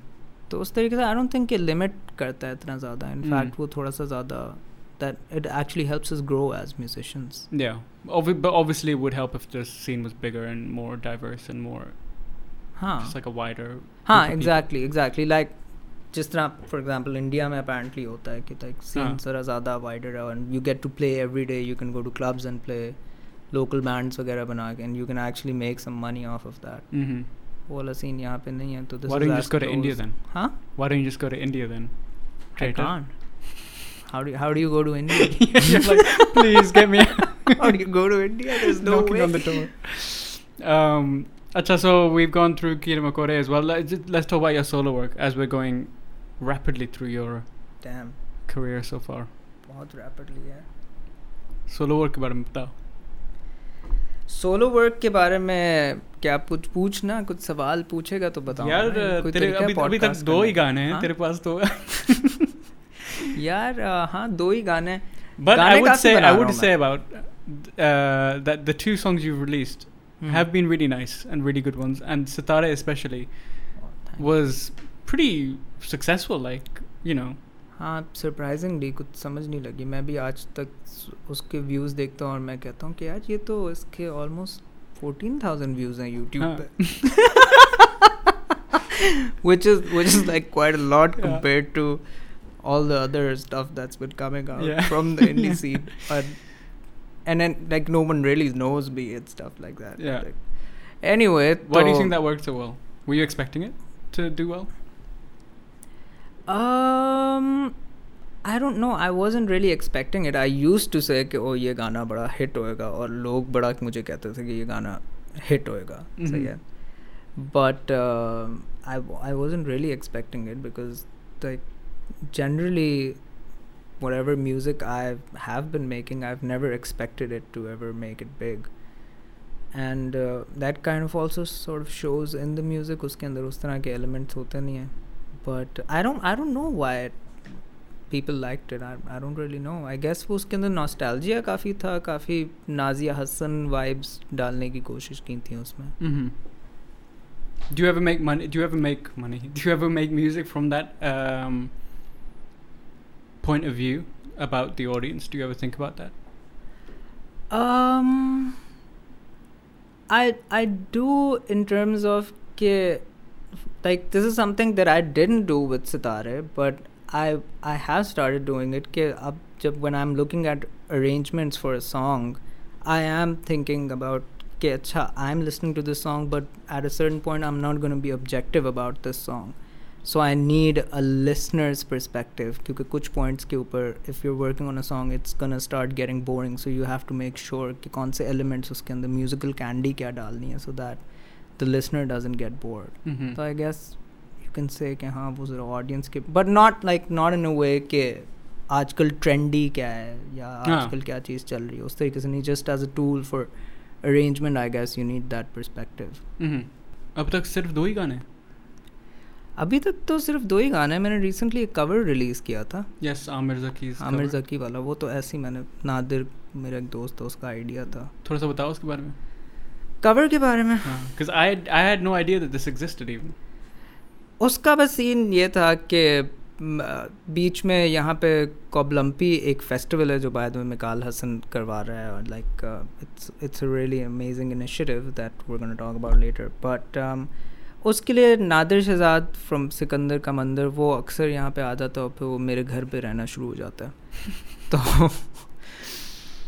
Speaker 2: तो उस तरीके से आई डोंट थिंक ये limit करता है इतना ज़्यादा
Speaker 1: Hmm.
Speaker 2: In fact वो थोड़ा सा ज़्यादा that it actually helps us grow as musicians
Speaker 1: Yeah, Obvi- but obviously it would help if the scene was bigger and more diverse and more
Speaker 2: हाँ
Speaker 1: just like a wider.
Speaker 2: हाँ
Speaker 1: group of people.
Speaker 2: Exactly exactly like जिस तरह for example India में apparently होता है कि like scene
Speaker 1: हाँ।
Speaker 2: जरा ज़्यादा वाइडर है and you get to play every day you can go to clubs and play local bands वगैरह बना के and you can actually make some money off off that
Speaker 1: Mhm.
Speaker 2: वो वाला सीन यहाँ पे नहीं है तो
Speaker 1: Why don't you just go to India then?
Speaker 2: हाँ
Speaker 1: Why don't you just go to India then?
Speaker 2: I
Speaker 1: Traitor.
Speaker 2: can't. How do you, how do you go to India?
Speaker 1: You're like, please get me
Speaker 2: how do you go to India? There's no
Speaker 1: knocking
Speaker 2: way.
Speaker 1: on the door. Um, acha, so we've gone through Kiramakore as well. Let's, just- let's talk about your solo work as we're going rapidly through your
Speaker 2: Damn,
Speaker 1: career so far.
Speaker 2: बहुत rapidly है.
Speaker 1: Solo work about batao.
Speaker 2: Solo work के बारे में क्या आप कुछ पूछना कुछ सवाल पूछेगा तो बताओ
Speaker 1: यार
Speaker 2: ना, कोई
Speaker 1: तेरे
Speaker 2: तरीका
Speaker 1: अभी अभी तक
Speaker 2: podcast
Speaker 1: दो
Speaker 2: करने
Speaker 1: ही
Speaker 2: का।
Speaker 1: गाने हैं
Speaker 2: हाँ?
Speaker 1: तेरे पास तो
Speaker 2: यार अ, हाँ दो ही गाने हैं।
Speaker 1: But I
Speaker 2: गाने
Speaker 1: would
Speaker 2: काफी
Speaker 1: say
Speaker 2: बना
Speaker 1: I
Speaker 2: रहा
Speaker 1: would
Speaker 2: हूँ
Speaker 1: say
Speaker 2: मैं।
Speaker 1: about uh, that the two songs you've released
Speaker 2: Hmm. Hmm.
Speaker 1: have been really nice and really good ones, and Sitare especially
Speaker 2: Oh, thank you.
Speaker 1: was pretty successful. Like you know,
Speaker 2: हाँ surprisingly कुछ समझ नहीं लगी मैं भी आज तक स- उसके व्यूज़ देखता हूँ और मैं कहता हूँ कि यार ये तो इसके ऑलमोस्ट फोर्टीन थाउजेंड व्यूज़ हैं
Speaker 1: हाँ।
Speaker 2: यूट्यूब पे which is which is like quite a lot
Speaker 1: Yeah.
Speaker 2: compared to all the other stuff that's been coming out
Speaker 1: Yeah.
Speaker 2: from the indie
Speaker 1: Yeah.
Speaker 2: scene and and then like no one really knows me and stuff like that
Speaker 1: Yeah.
Speaker 2: Like, anyway
Speaker 1: why do you
Speaker 2: तो-
Speaker 1: think that worked so well? Were you expecting it to do well?
Speaker 2: Um, I don't know. I wasn't really expecting it. I used to say कि ओ ये गाना बड़ा hit होएगा और लोग बड़ा मुझे कहते थे कि ये गाना हिट होएगा सही
Speaker 1: Mhm.
Speaker 2: है but I I wasn't really expecting it because like generally whatever music I have been making I've never expected it to ever make it big and uh, that kind of also sort of shows in the music उसके अंदर उस तरह के elements होते नहीं हैं but I don't I don't know why it, people liked it I, I don't really know I guess वो उसके अंदर nostalgia काफ़ी था काफ़ी नाजिया हसन vibes डालने की कोशिश की थी उसमें
Speaker 1: Mm-hmm. Do you ever make money? Do you ever make money? Do you ever make music from that um, point of view about the audience? Do you ever think about that?
Speaker 2: Um, I I do in terms of ke, like this is something that I didn't do with sitare, but I I have started doing it. Ke ab jab when I'm looking at arrangements for a song, I am thinking about ke acha I'm listening to this song, but at a certain point I'm not going to be objective about this song. So I need a listener's perspective क्योंकि कुछ points के ऊपर if you're working on a song it's gonna start getting boring so you have to make sure कि कौन से elements उसके अंदर musical candy क्या डालनी है so that the listener doesn't get bored.
Speaker 1: Mm-hmm.
Speaker 2: So I guess you can say कि हाँ वो ज़रा audience के but not like not in a way कि आजकल trendy क्या है या
Speaker 1: हाँ।
Speaker 2: आजकल क्या चीज़ चल रही है उस तरीके से नहीं just as a tool for arrangement I guess you need that perspective.
Speaker 1: Mm-hmm. अब तक सिर्फ दो ही गाने हैं।
Speaker 2: अभी तक तो सिर्फ दो ही गाने हैं। मैंने रिसेंटली एक कवर रिलीज़ किया था
Speaker 1: Yes, Amir Zaki's.
Speaker 2: Aamir
Speaker 1: cover.
Speaker 2: जकी वाला वो तो ऐसे ही मैंने नादिर मेरा एक दोस्त था उसका आइडिया था
Speaker 1: थोड़ा सा बताओ उसके बारे में
Speaker 2: कवर के बारे में
Speaker 1: because I had, I had no idea that this existed even.
Speaker 2: उसका बस सीन ये था कि म, बीच में यहाँ पे कोबलम्पी एक फेस्टिवल है जो बाद में मिकाल हसन करवा रहा है और uh, like it's it's a really amazing initiative that we gonna talk about later but उसके लिए नादिर शहजाद फ्रॉम सिकंदर का मंदिर वो अक्सर यहाँ पे आ जाता है और फिर वो मेरे घर पे रहना शुरू हो जाता है तो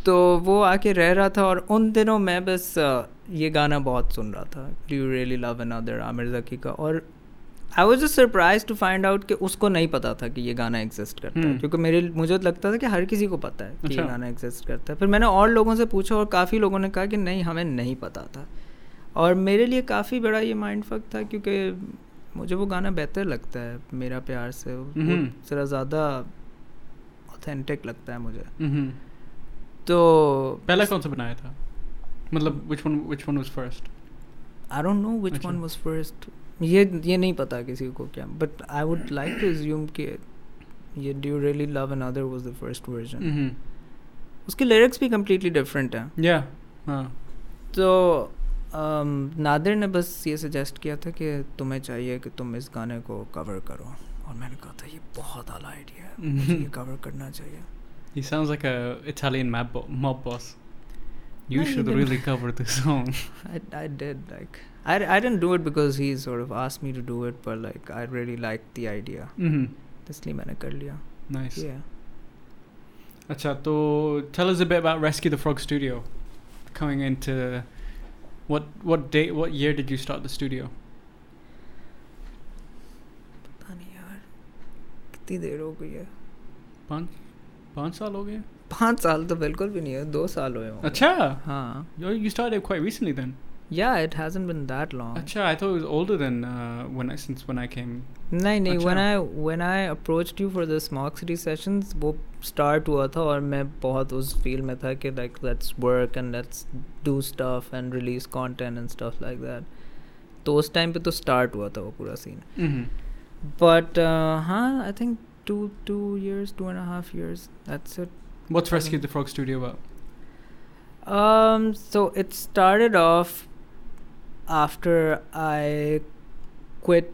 Speaker 2: तो वो आके रह रहा था और उन दिनों मैं बस अ, ये गाना बहुत सुन रहा था do you really love another Aamir Zaki का और I was just surprise to find out कि उसको नहीं पता था कि ये गाना एग्जिस्ट करता है
Speaker 1: हम्म।
Speaker 2: क्योंकि मेरे मुझे लगता था कि हर किसी को पता है कि ये
Speaker 1: अच्छा।
Speaker 2: गाना एग्जिस्ट करता है फिर मैंने और लोगों से पूछा और काफ़ी लोगों ने कहा कि नहीं हमें नहीं पता था और मेरे लिए काफ़ी बड़ा ये माइंड फक था क्योंकि मुझे वो गाना बेहतर लगता है मेरा प्यार से वो
Speaker 1: हम्म।
Speaker 2: ज़रा ज़्यादा ऑथेंटिक लगता है मुझे
Speaker 1: mm
Speaker 2: तो
Speaker 1: पहला कौन सा बनाया था मतलब which one which one was first?
Speaker 2: I don't know which
Speaker 1: अच्छा।
Speaker 2: वन वाज फर्स्ट ये ये नहीं पता किसी को क्या but I would like to assume कि ये do you really love another was the first version
Speaker 1: Mhm.
Speaker 2: उसके लिरिक्स भी कम्प्लीटली डिफरेंट हैं
Speaker 1: Yeah. हाँ.
Speaker 2: तो um, नादिर ने बस ये सजेस्ट किया था कि तुम्हें चाहिए कि तुम इस गाने को कवर करो और मैंने कहा था ये बहुत आला आइडिया है मुझे ये कवर करना चाहिए
Speaker 1: He sounds like a Italian mob, bo- mob boss. You
Speaker 2: No, he
Speaker 1: should
Speaker 2: didn't.
Speaker 1: really cover this song.
Speaker 2: I, I did like I, I didn't do it because he sort of asked me to do it but like I really liked the idea
Speaker 1: mm-hmm.
Speaker 2: इसलिए मैंने कर लिया
Speaker 1: Nice.
Speaker 2: yeah
Speaker 1: Acha, to tell us a bit about Rescue the Frog Studio. Coming into what what date what year did you start the studio?
Speaker 2: पता नहीं यार कितनी देर हो गई है
Speaker 1: पाँच पाँच साल हो गए
Speaker 2: पाँच साल तो बिल्कुल भी नहीं है दो साल हुए होंगे
Speaker 1: अच्छा
Speaker 2: हाँ
Speaker 1: you Oh, you started quite recently then
Speaker 2: yeah it hasn't been that long
Speaker 1: अच्छा I thought it was older than uh, when I since when I came
Speaker 2: नहीं नहीं when
Speaker 1: अच्छा।
Speaker 2: I when I approached you for the Smog City sessions वो start हुआ था और मैं बहुत उस फील में था कि like let's work and let's do stuff and release content and stuff like that तो उस टाइम पे तो start हुआ था वो पूरा scene
Speaker 1: mm-hmm.
Speaker 2: but uh, हाँ I think two two years two and a half years that's it
Speaker 1: What's Rescue the Frog Studio about?
Speaker 2: Um, so it started off after I quit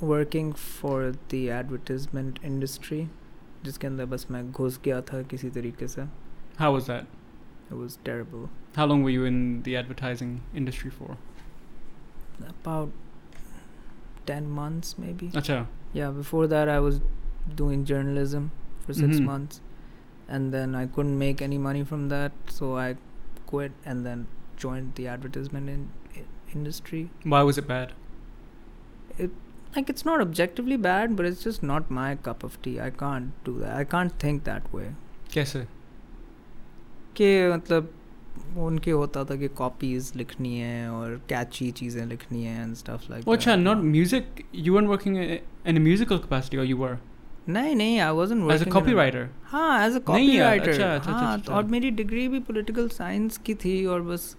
Speaker 2: working for the advertisement industry जिसके अंदर बस मैं घुस गया था किसी तरीके से
Speaker 1: How was that?
Speaker 2: it was terrible
Speaker 1: How long were you in the advertising industry for?
Speaker 2: about 10 months maybe
Speaker 1: Acha.
Speaker 2: yeah before that I was doing journalism for 6
Speaker 1: Mhm.
Speaker 2: months and then I couldn't make any money from that so I quit and then joined the advertisement in, industry
Speaker 1: Why was it bad?
Speaker 2: like it's not objectively bad but it's just not my cup of tea i can't do that i can't think that way
Speaker 1: कैसे?
Speaker 2: कि मतलब उनके होता था कि copies लिखनी है और कैची चीज़ें लिखनी है and stuff like
Speaker 1: Oh, acha, not music. You weren't working i- in a musical capacity, or you were
Speaker 2: नहीं नहीं I wasn't
Speaker 1: as a copywriter.
Speaker 2: हाँ एज अ
Speaker 1: नहीं यार,
Speaker 2: कॉपीराइटर
Speaker 1: अच्छा, अच्छा,
Speaker 2: हाँ
Speaker 1: अच्छा,
Speaker 2: और
Speaker 1: अच्छा।
Speaker 2: मेरी डिग्री भी पॉलिटिकल साइंस की थी और बस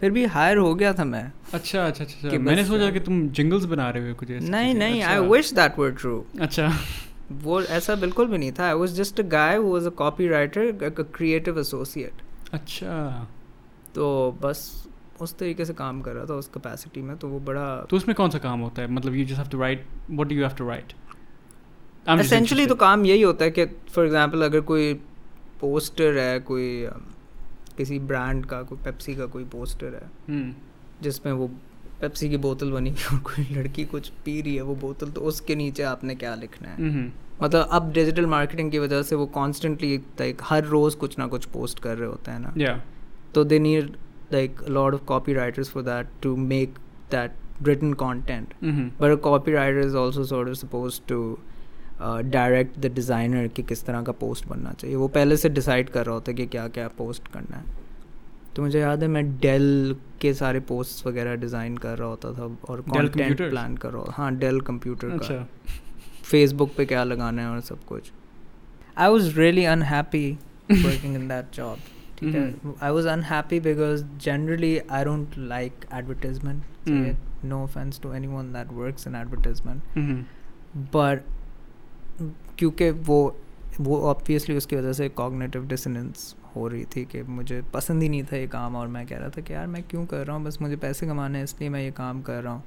Speaker 2: फिर भी हायर हो गया था मैं
Speaker 1: अच्छा अच्छा अच्छा
Speaker 2: कि
Speaker 1: अच्छा। मैंने
Speaker 2: बस,
Speaker 1: सोचा
Speaker 2: uh,
Speaker 1: कि तुम जिंगल्स बना रहे हो कुछ ऐसे
Speaker 2: नहीं
Speaker 1: किसी-
Speaker 2: नहीं आई
Speaker 1: अच्छा।
Speaker 2: विश दैट वर ट्रू
Speaker 1: अच्छा
Speaker 2: वो ऐसा बिल्कुल भी नहीं था I was just a guy who was a copywriter creative associate
Speaker 1: अच्छा
Speaker 2: तो बस उस तरीके से काम कर रहा था उस कैपेसिटी में तो वो बड़ा
Speaker 1: तो उसमें कौन सा काम होता है मतलब you just have to write what do you have to write
Speaker 2: essentially तो काम यही होता है कि फॉर एग्जांपल अगर कोई पोस्टर है कोई अम, किसी ब्रांड का कोई पेप्सी का कोई पोस्टर है
Speaker 1: Hmm,
Speaker 2: जिसमें वो पेप्सी की बोतल बनी हुई है और कोई लड़की कुछ पी रही है वो बोतल तो उसके नीचे आपने क्या लिखना
Speaker 1: हम्म।
Speaker 2: है
Speaker 1: hmm,
Speaker 2: मतलब अब डिजिटल मार्केटिंग की वजह से वो कॉन्स्टेंटली लाइक हर रोज़ कुछ ना कुछ पोस्ट कर रहे होते हैं ना
Speaker 1: या
Speaker 2: तो they need like lot of copywriters for that to make that written content
Speaker 1: hmm,
Speaker 2: but a copywriter is also sort of supposed to uh, direct the designer कि किस तरह का पोस्ट बनना चाहिए वो पहले से decide कर रहा होता है कि क्या क्या पोस्ट करना है तो मुझे याद है मैं डेल के सारे पोस्ट वगैरह डिज़ाइन कर रहा होता था और
Speaker 1: Dell
Speaker 2: कंटेंट
Speaker 1: computers?
Speaker 2: प्लान कर रहा होता हाँ डेल कंप्यूटर
Speaker 1: अच्छा
Speaker 2: का फेसबुक पे क्या लगाना है और सब कुछ I was really unhappy working in that job ठीक है I was unhappy because generally I don't like advertisement
Speaker 1: Mm.
Speaker 2: it, no offense to anyone that works in advertisement
Speaker 1: Mhm.
Speaker 2: but क्योंकि वो वो ऑब्वियसली उसकी वजह से कॉग्नेटिव डिसनेंस हो रही थी कि मुझे पसंद ही नहीं था ये काम और मैं कह रहा था कि यार मैं क्यों कर रहा हूँ बस मुझे पैसे कमाने हैं इसलिए मैं ये काम कर रहा हूँ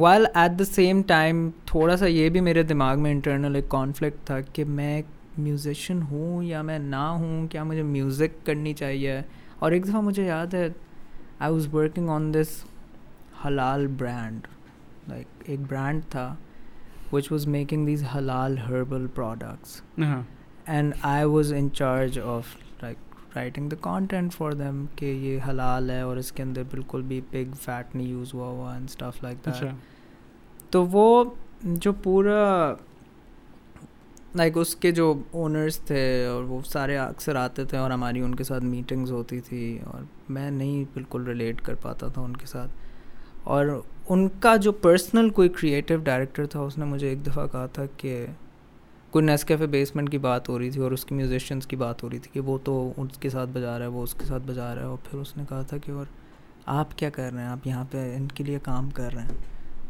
Speaker 2: while at the same time थोड़ा सा ये भी मेरे दिमाग में इंटरनल एक कॉन्फ्लिक्ट था कि मैं म्यूज़िशन हूँ या मैं ना हूँ क्या मुझे म्यूज़िक करनी चाहिए और एक दफ़ा मुझे याद है I was working on this हलाल ब्रांड लाइक एक ब्रांड था which was making these halal herbal products
Speaker 1: हाँ
Speaker 2: and i was in charge of like writing the content for them कि ये हलाल है और इसके अंदर बिल्कुल भी pig fat नहीं use हुआ हुआ and stuff like that
Speaker 1: अच्छा
Speaker 2: तो वो जो पूरा लाइक उसके जो ओनर्स थे और वो सारे अक्सर आते थे और हमारी उनके साथ मीटिंग्स होती थी और मैं नहीं बिल्कुल रिलेट कर पाता था उनके साथ और उनका जो पर्सनल कोई क्रिएटिव डायरेक्टर था उसने मुझे एक दफ़ा कहा था कि कोई नेस्कैफे बेसमेंट की बात हो रही थी और उसके म्यूजिशियंस की बात हो रही थी कि वो तो उसके साथ बजा रहा है वो उसके साथ बजा रहा है और फिर उसने कहा था कि और आप क्या कर रहे हैं आप यहाँ पे इनके लिए काम कर रहे हैं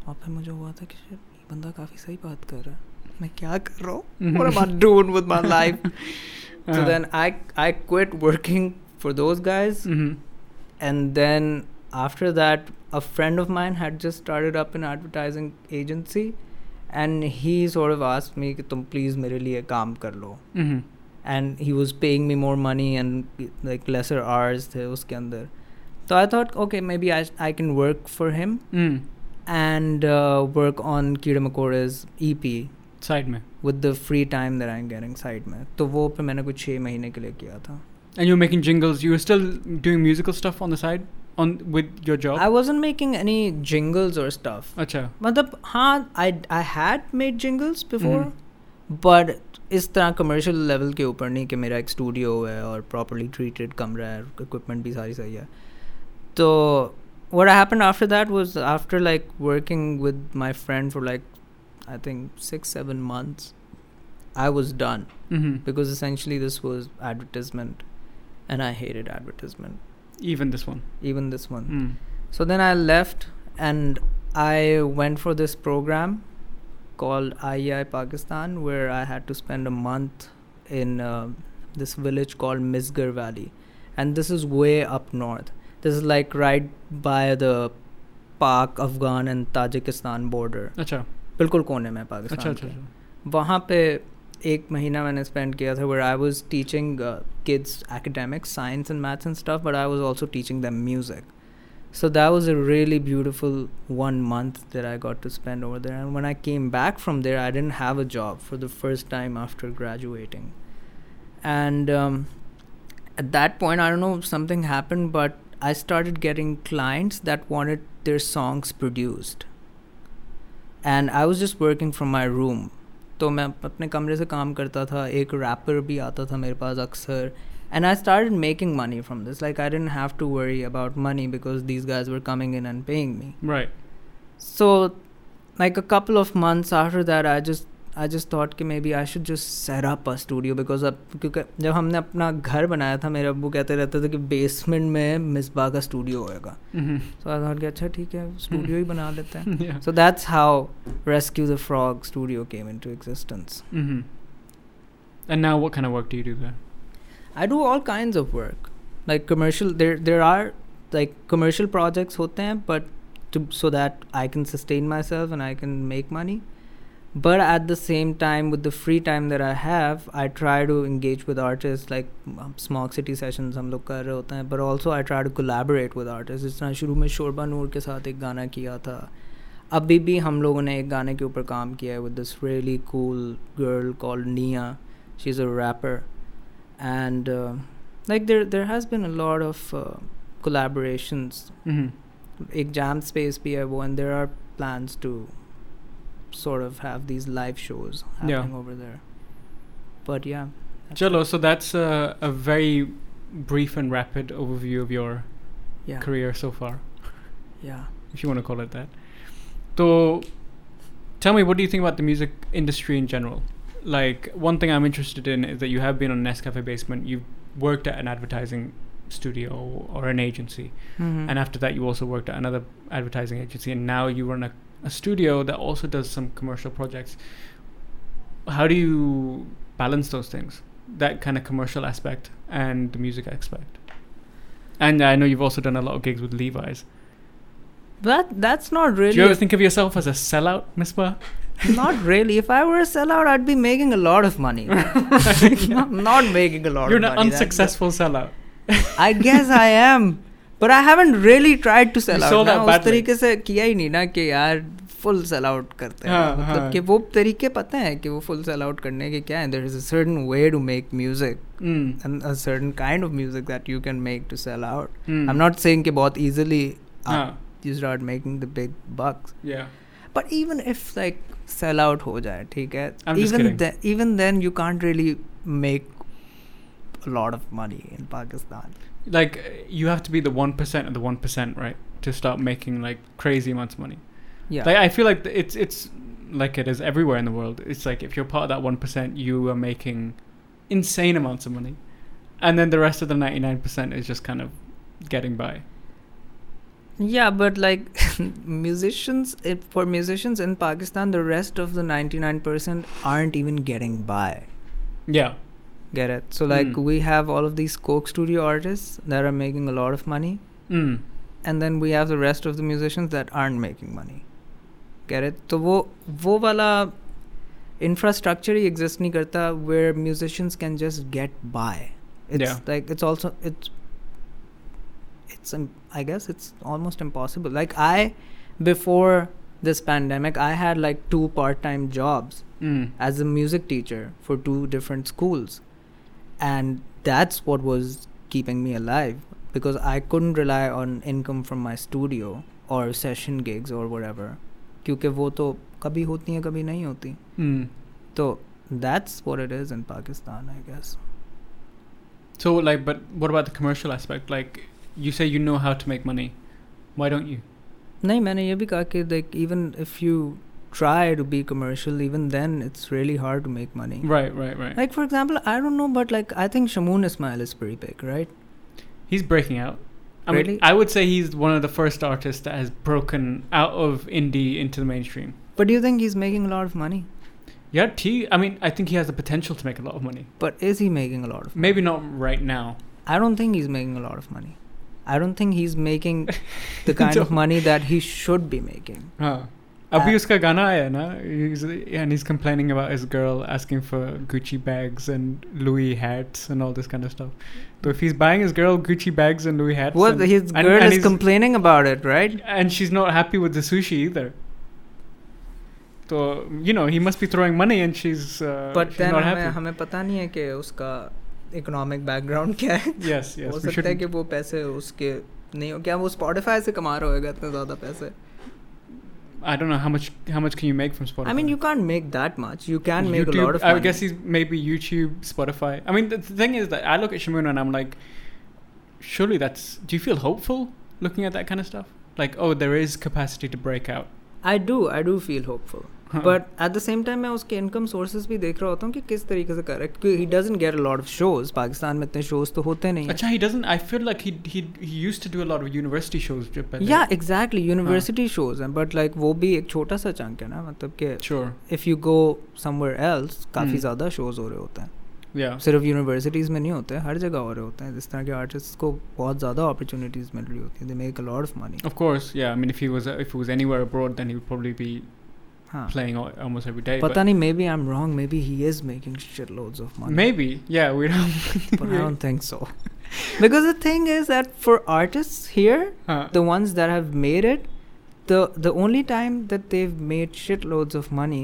Speaker 2: और फिर मुझे हुआ था कि shit, ये बंदा काफ़ी सही बात कर रहा है मैं क्या कर रहा हूँ what am I doing with my life so
Speaker 1: हाँ। Hmm,
Speaker 2: then I I quit working for those guys
Speaker 1: Mhm.
Speaker 2: And then after that, a friend of mine had just started up an advertising agency, and he sort of asked me कि तुम please मेरे लिए काम कर लो
Speaker 1: hmm
Speaker 2: and he was paying me more money and like lesser hours थे उसके अंदर तो I thought okay maybe I I can work for him
Speaker 1: Mm.
Speaker 2: And work on कीड़े मकोड़ेज ई पी
Speaker 1: Side में.
Speaker 2: With the free time that I am getting side में तो वो पे मैंने कुछ छः महीने के लिए किया था
Speaker 1: And you're making jingles. You're still doing musical stuff on the side on with your job.
Speaker 2: I wasn't making any jingles or stuff
Speaker 1: अच्छा.
Speaker 2: मतलब हाँ I I had made jingles before
Speaker 1: hmm.
Speaker 2: But इस तरह commercial level के ऊपर नहीं कि मेरा एक स्टूडियो है और प्रॉपरली ट्रीटेड कमरा है इक्विपमेंट भी सारी सही है तो what happened after that was after like working with my friend for like i think six seven months i was done
Speaker 1: hmm
Speaker 2: because essentially this was advertisement and i hated advertisement
Speaker 1: Even this one.
Speaker 2: even this one
Speaker 1: Mm.
Speaker 2: so then I left and I went for this program called IEI Pakistan where I had to spend a month in uh, this village called Misgar Valley. And this is way up north. This is like right by the Pak, Afghan and Tajikistan border.
Speaker 1: अच्छा.
Speaker 2: बिल्कुल कोने में है पाकिस्तान
Speaker 1: अच्छा
Speaker 2: के।
Speaker 1: अच्छा. अच्छा.
Speaker 2: वहाँ पे एक महीना मैंने स्पेंड किया था where I was teaching uh, kids academics, science and maths and stuff, but I was also teaching them music. So that was a really beautiful one month that I got to spend over there. And when I came back from there, I didn't have a job for the first time after graduating. And um, at that point, I don't know, something happened, but I started getting clients that wanted their songs produced. And I was just working from my room. तो मैं अपने कमरे से काम करता था एक wrapper भी आता था मेरे पास अक्सर and I start making money from this like I didn't have to worry about money because these guys were coming in and paying me
Speaker 1: अच्छा। Right.
Speaker 2: so like a couple of months after that i just i just thought कि maybe i should just set up a studio because अब क्योंकि जब हमने अपना घर बनाया था मेरे अब्बू कहते रहते थे कि बेसमेंट में मिसबा का स्टूडियो होएगा
Speaker 1: hmm
Speaker 2: सो आई थॉट कि अच्छा ठीक है स्टूडियो ही बना लेते हैं
Speaker 1: yeah.
Speaker 2: So that's how Rescue the Frog Studio came into existence
Speaker 1: hmm And now, what kind of work do you do there?
Speaker 2: I do all kinds of work like commercial there there are like commercial projects होते हैं but so that I can sustain myself and I can make money but at the same time with the free time there I have I try to engage with artist like Smoke City sessions हम लोग कर रहे होते हैं but also I try to collaborate with artist जिस तरह शुरू में शोरबा नूर के साथ एक गाना किया था अभी भी हम लोगों ने एक गाने के ऊपर काम किया है with this really cool girl called निया she is a rapper and uh, like there there has been a lot of uh, collaborations
Speaker 1: hmm
Speaker 2: एक jam space भी है वो and there are plans to sort of have these live shows
Speaker 1: Yeah.
Speaker 2: happening over there but yeah that's
Speaker 1: Chalo, so that's a, a very brief and rapid overview of your
Speaker 2: it. yeah
Speaker 1: career so far,
Speaker 2: yeah
Speaker 1: if you want to call it that. So, tell me, what do you think about the music industry in general? Like, one thing I'm interested in is that you have been on Nescafe Basement, you've worked at an advertising studio or an agency,
Speaker 2: mm-hmm.
Speaker 1: and after that, you also worked at another advertising agency, and now you run a, a studio that also does some commercial projects. How do you balance those things? That kind of commercial aspect and the music aspect. And I know you've also done a lot of gigs with Levi's.
Speaker 2: that that's not really
Speaker 1: Do you ever think of yourself as a sellout, Miss Burr?
Speaker 2: not really if I were a sellout I'd be making a lot of money I'm not making a lot
Speaker 1: You're
Speaker 2: of
Speaker 1: an
Speaker 2: money That-
Speaker 1: unsuccessful sellout.
Speaker 2: I guess I am. But I haven't really tried to sell
Speaker 1: You
Speaker 2: out.
Speaker 1: sold
Speaker 2: ना
Speaker 1: out
Speaker 2: उस
Speaker 1: badly.
Speaker 2: तरीके से किया ही नहीं ना कि यार full sell out करते हैं
Speaker 1: हाँ,
Speaker 2: मतलब
Speaker 1: हाँ.
Speaker 2: कि वो तरीके पता है कि वो फुल सेल आउट करने के क्या है there is a certain way to make music
Speaker 1: Mm.
Speaker 2: And a certain kind of music that you can make to sell out
Speaker 1: Mm.
Speaker 2: I am not saying कि बहुत इजीली
Speaker 1: हाँ.
Speaker 2: You start making the big bucks
Speaker 1: Yeah.
Speaker 2: But even if like sell out हो जाए ठीक है
Speaker 1: I'm just
Speaker 2: even
Speaker 1: kidding.
Speaker 2: Even then you can't really make lot of money in Pakistan
Speaker 1: Like, uh, you have to be the 1% of the 1%, right? To start making, like, crazy amounts of money.
Speaker 2: या
Speaker 1: Like I feel like th- it's it's like it is everywhere in the world. It's like if you're part of that one percent, you are making insane amounts of money, and then the rest of the ninety nine percent is just kind of getting by.
Speaker 2: Yeah, but like musicians, it, for musicians in Pakistan, the rest of the 99% aren't even getting by.
Speaker 1: Yeah.
Speaker 2: Get it? So, like,
Speaker 1: Mm.
Speaker 2: we have all of these Coke studio artists that are making a lot of money,
Speaker 1: Mm.
Speaker 2: And then we have the rest of the musicians that aren't making money कह रहे तो वो वो वाला infrastructure ही exist नहीं करता where musicians can just gate bye
Speaker 1: Yeah.
Speaker 2: It's like it's also it's it's im- i guess it's almost impossible like i before this pandemic i had like two part-time jobs
Speaker 1: Mm.
Speaker 2: as a music teacher for two different schools and that's what was keeping me alive because i couldn't rely on income from my studio or session gigs or whatever क्योंकि वो तो कभी होती हैं कभी नहीं होती
Speaker 1: Mm.
Speaker 2: तो that's what it is in pakistan i guess
Speaker 1: So like, but what about the commercial aspect? Like, you say you know how to make money. Why don't you?
Speaker 2: नहीं मैंने ये भी कहा कि like even if you try to be commercial even then it's really hard to make money
Speaker 1: Right, right, right.
Speaker 2: like for example i don't know but like i think shamoon ismail is pretty big right
Speaker 1: He's breaking out. I mean,
Speaker 2: Really?
Speaker 1: I would say he's one of the first artists that has broken out of indie into the mainstream.
Speaker 2: but do you think he's making a lot of money
Speaker 1: Yeah, T. I mean, I think he has the potential to make a lot of money.
Speaker 2: but is he making a lot of
Speaker 1: Maybe not right now.
Speaker 2: i don't think he's making a lot of money i don't think he's making the kind of
Speaker 1: Don't-
Speaker 2: money that he should be making
Speaker 1: हाँ अभी
Speaker 2: Uh,
Speaker 1: उसका गाना आया ना he's, and he's complaining about his girl asking for Gucci bags and Louis hats and all this kind of stuff so if he's buying his girl Gucci bags and Louis hats
Speaker 2: what
Speaker 1: and,
Speaker 2: his
Speaker 1: and-
Speaker 2: girl
Speaker 1: and
Speaker 2: is
Speaker 1: he's-
Speaker 2: complaining about it right
Speaker 1: and she's not happy with the sushi either so you know he must be throwing money and she's, uh,
Speaker 2: but
Speaker 1: she's
Speaker 2: then
Speaker 1: not
Speaker 2: हमें
Speaker 1: happy
Speaker 2: हमें पता नहीं है कि उसका economic background क्या है
Speaker 1: yes yes
Speaker 2: हो
Speaker 1: we
Speaker 2: सकता है
Speaker 1: should
Speaker 2: कि वो पैसे उसके नहीं हो क्या वो Spotify से कमा रहा होगा इतने ज़्यादा पैसे
Speaker 1: I don't know how much how much can you make from Spotify
Speaker 2: I mean you can't make that much you can make
Speaker 1: YouTube,
Speaker 2: a lot of
Speaker 1: I
Speaker 2: money.
Speaker 1: guess he's maybe YouTube, Spotify. I mean, the, the thing is that I look at Shimon and I'm like, surely that's. Do you feel hopeful looking at that kind of stuff? Like, oh, there is capacity to break out.
Speaker 2: I do I do feel hopeful
Speaker 1: हाँ।
Speaker 2: but at the same time मैं उसके income sources भी देख रहा होता हूँ कि किस तरीके से कर रहा है क्योंकि he doesn't get a lot of shows Pakistan में इतने shows तो होते नहीं हैं
Speaker 1: Achha, he doesn't. I feel like he he he used to do a lot of university shows. Jip, but
Speaker 2: yeah exactly university shows हैं but like वो भी एक छोटा सा chunk है ना मतलब कि
Speaker 1: sure.
Speaker 2: if you go somewhere else काफ़ी
Speaker 1: Hmm.
Speaker 2: ज़्यादा shows हो रहे होते हैं
Speaker 1: Yeah,
Speaker 2: सिर्फ यूनिवर्सिटीज़ में नहीं होते हर जगह हो रहे होते हैं जिस तरह के आर्टिस्ट को बहुत ज़्यादा अपॉर्चुनिटीज़ मिल रही होती हैं they make a lot of money
Speaker 1: of course. Yeah, I mean, if he was if he was anywhere abroad, then he would probably be
Speaker 2: हाँ
Speaker 1: playing al- almost every day.
Speaker 2: पता नहीं maybe I am wrong maybe he is making shit loads of
Speaker 1: but
Speaker 2: money
Speaker 1: maybe. Yeah, we don't.
Speaker 2: but I don't think so. because the thing is that for artists here,
Speaker 1: Huh.
Speaker 2: the ones that have made it, the the only time that they've made shitloads of money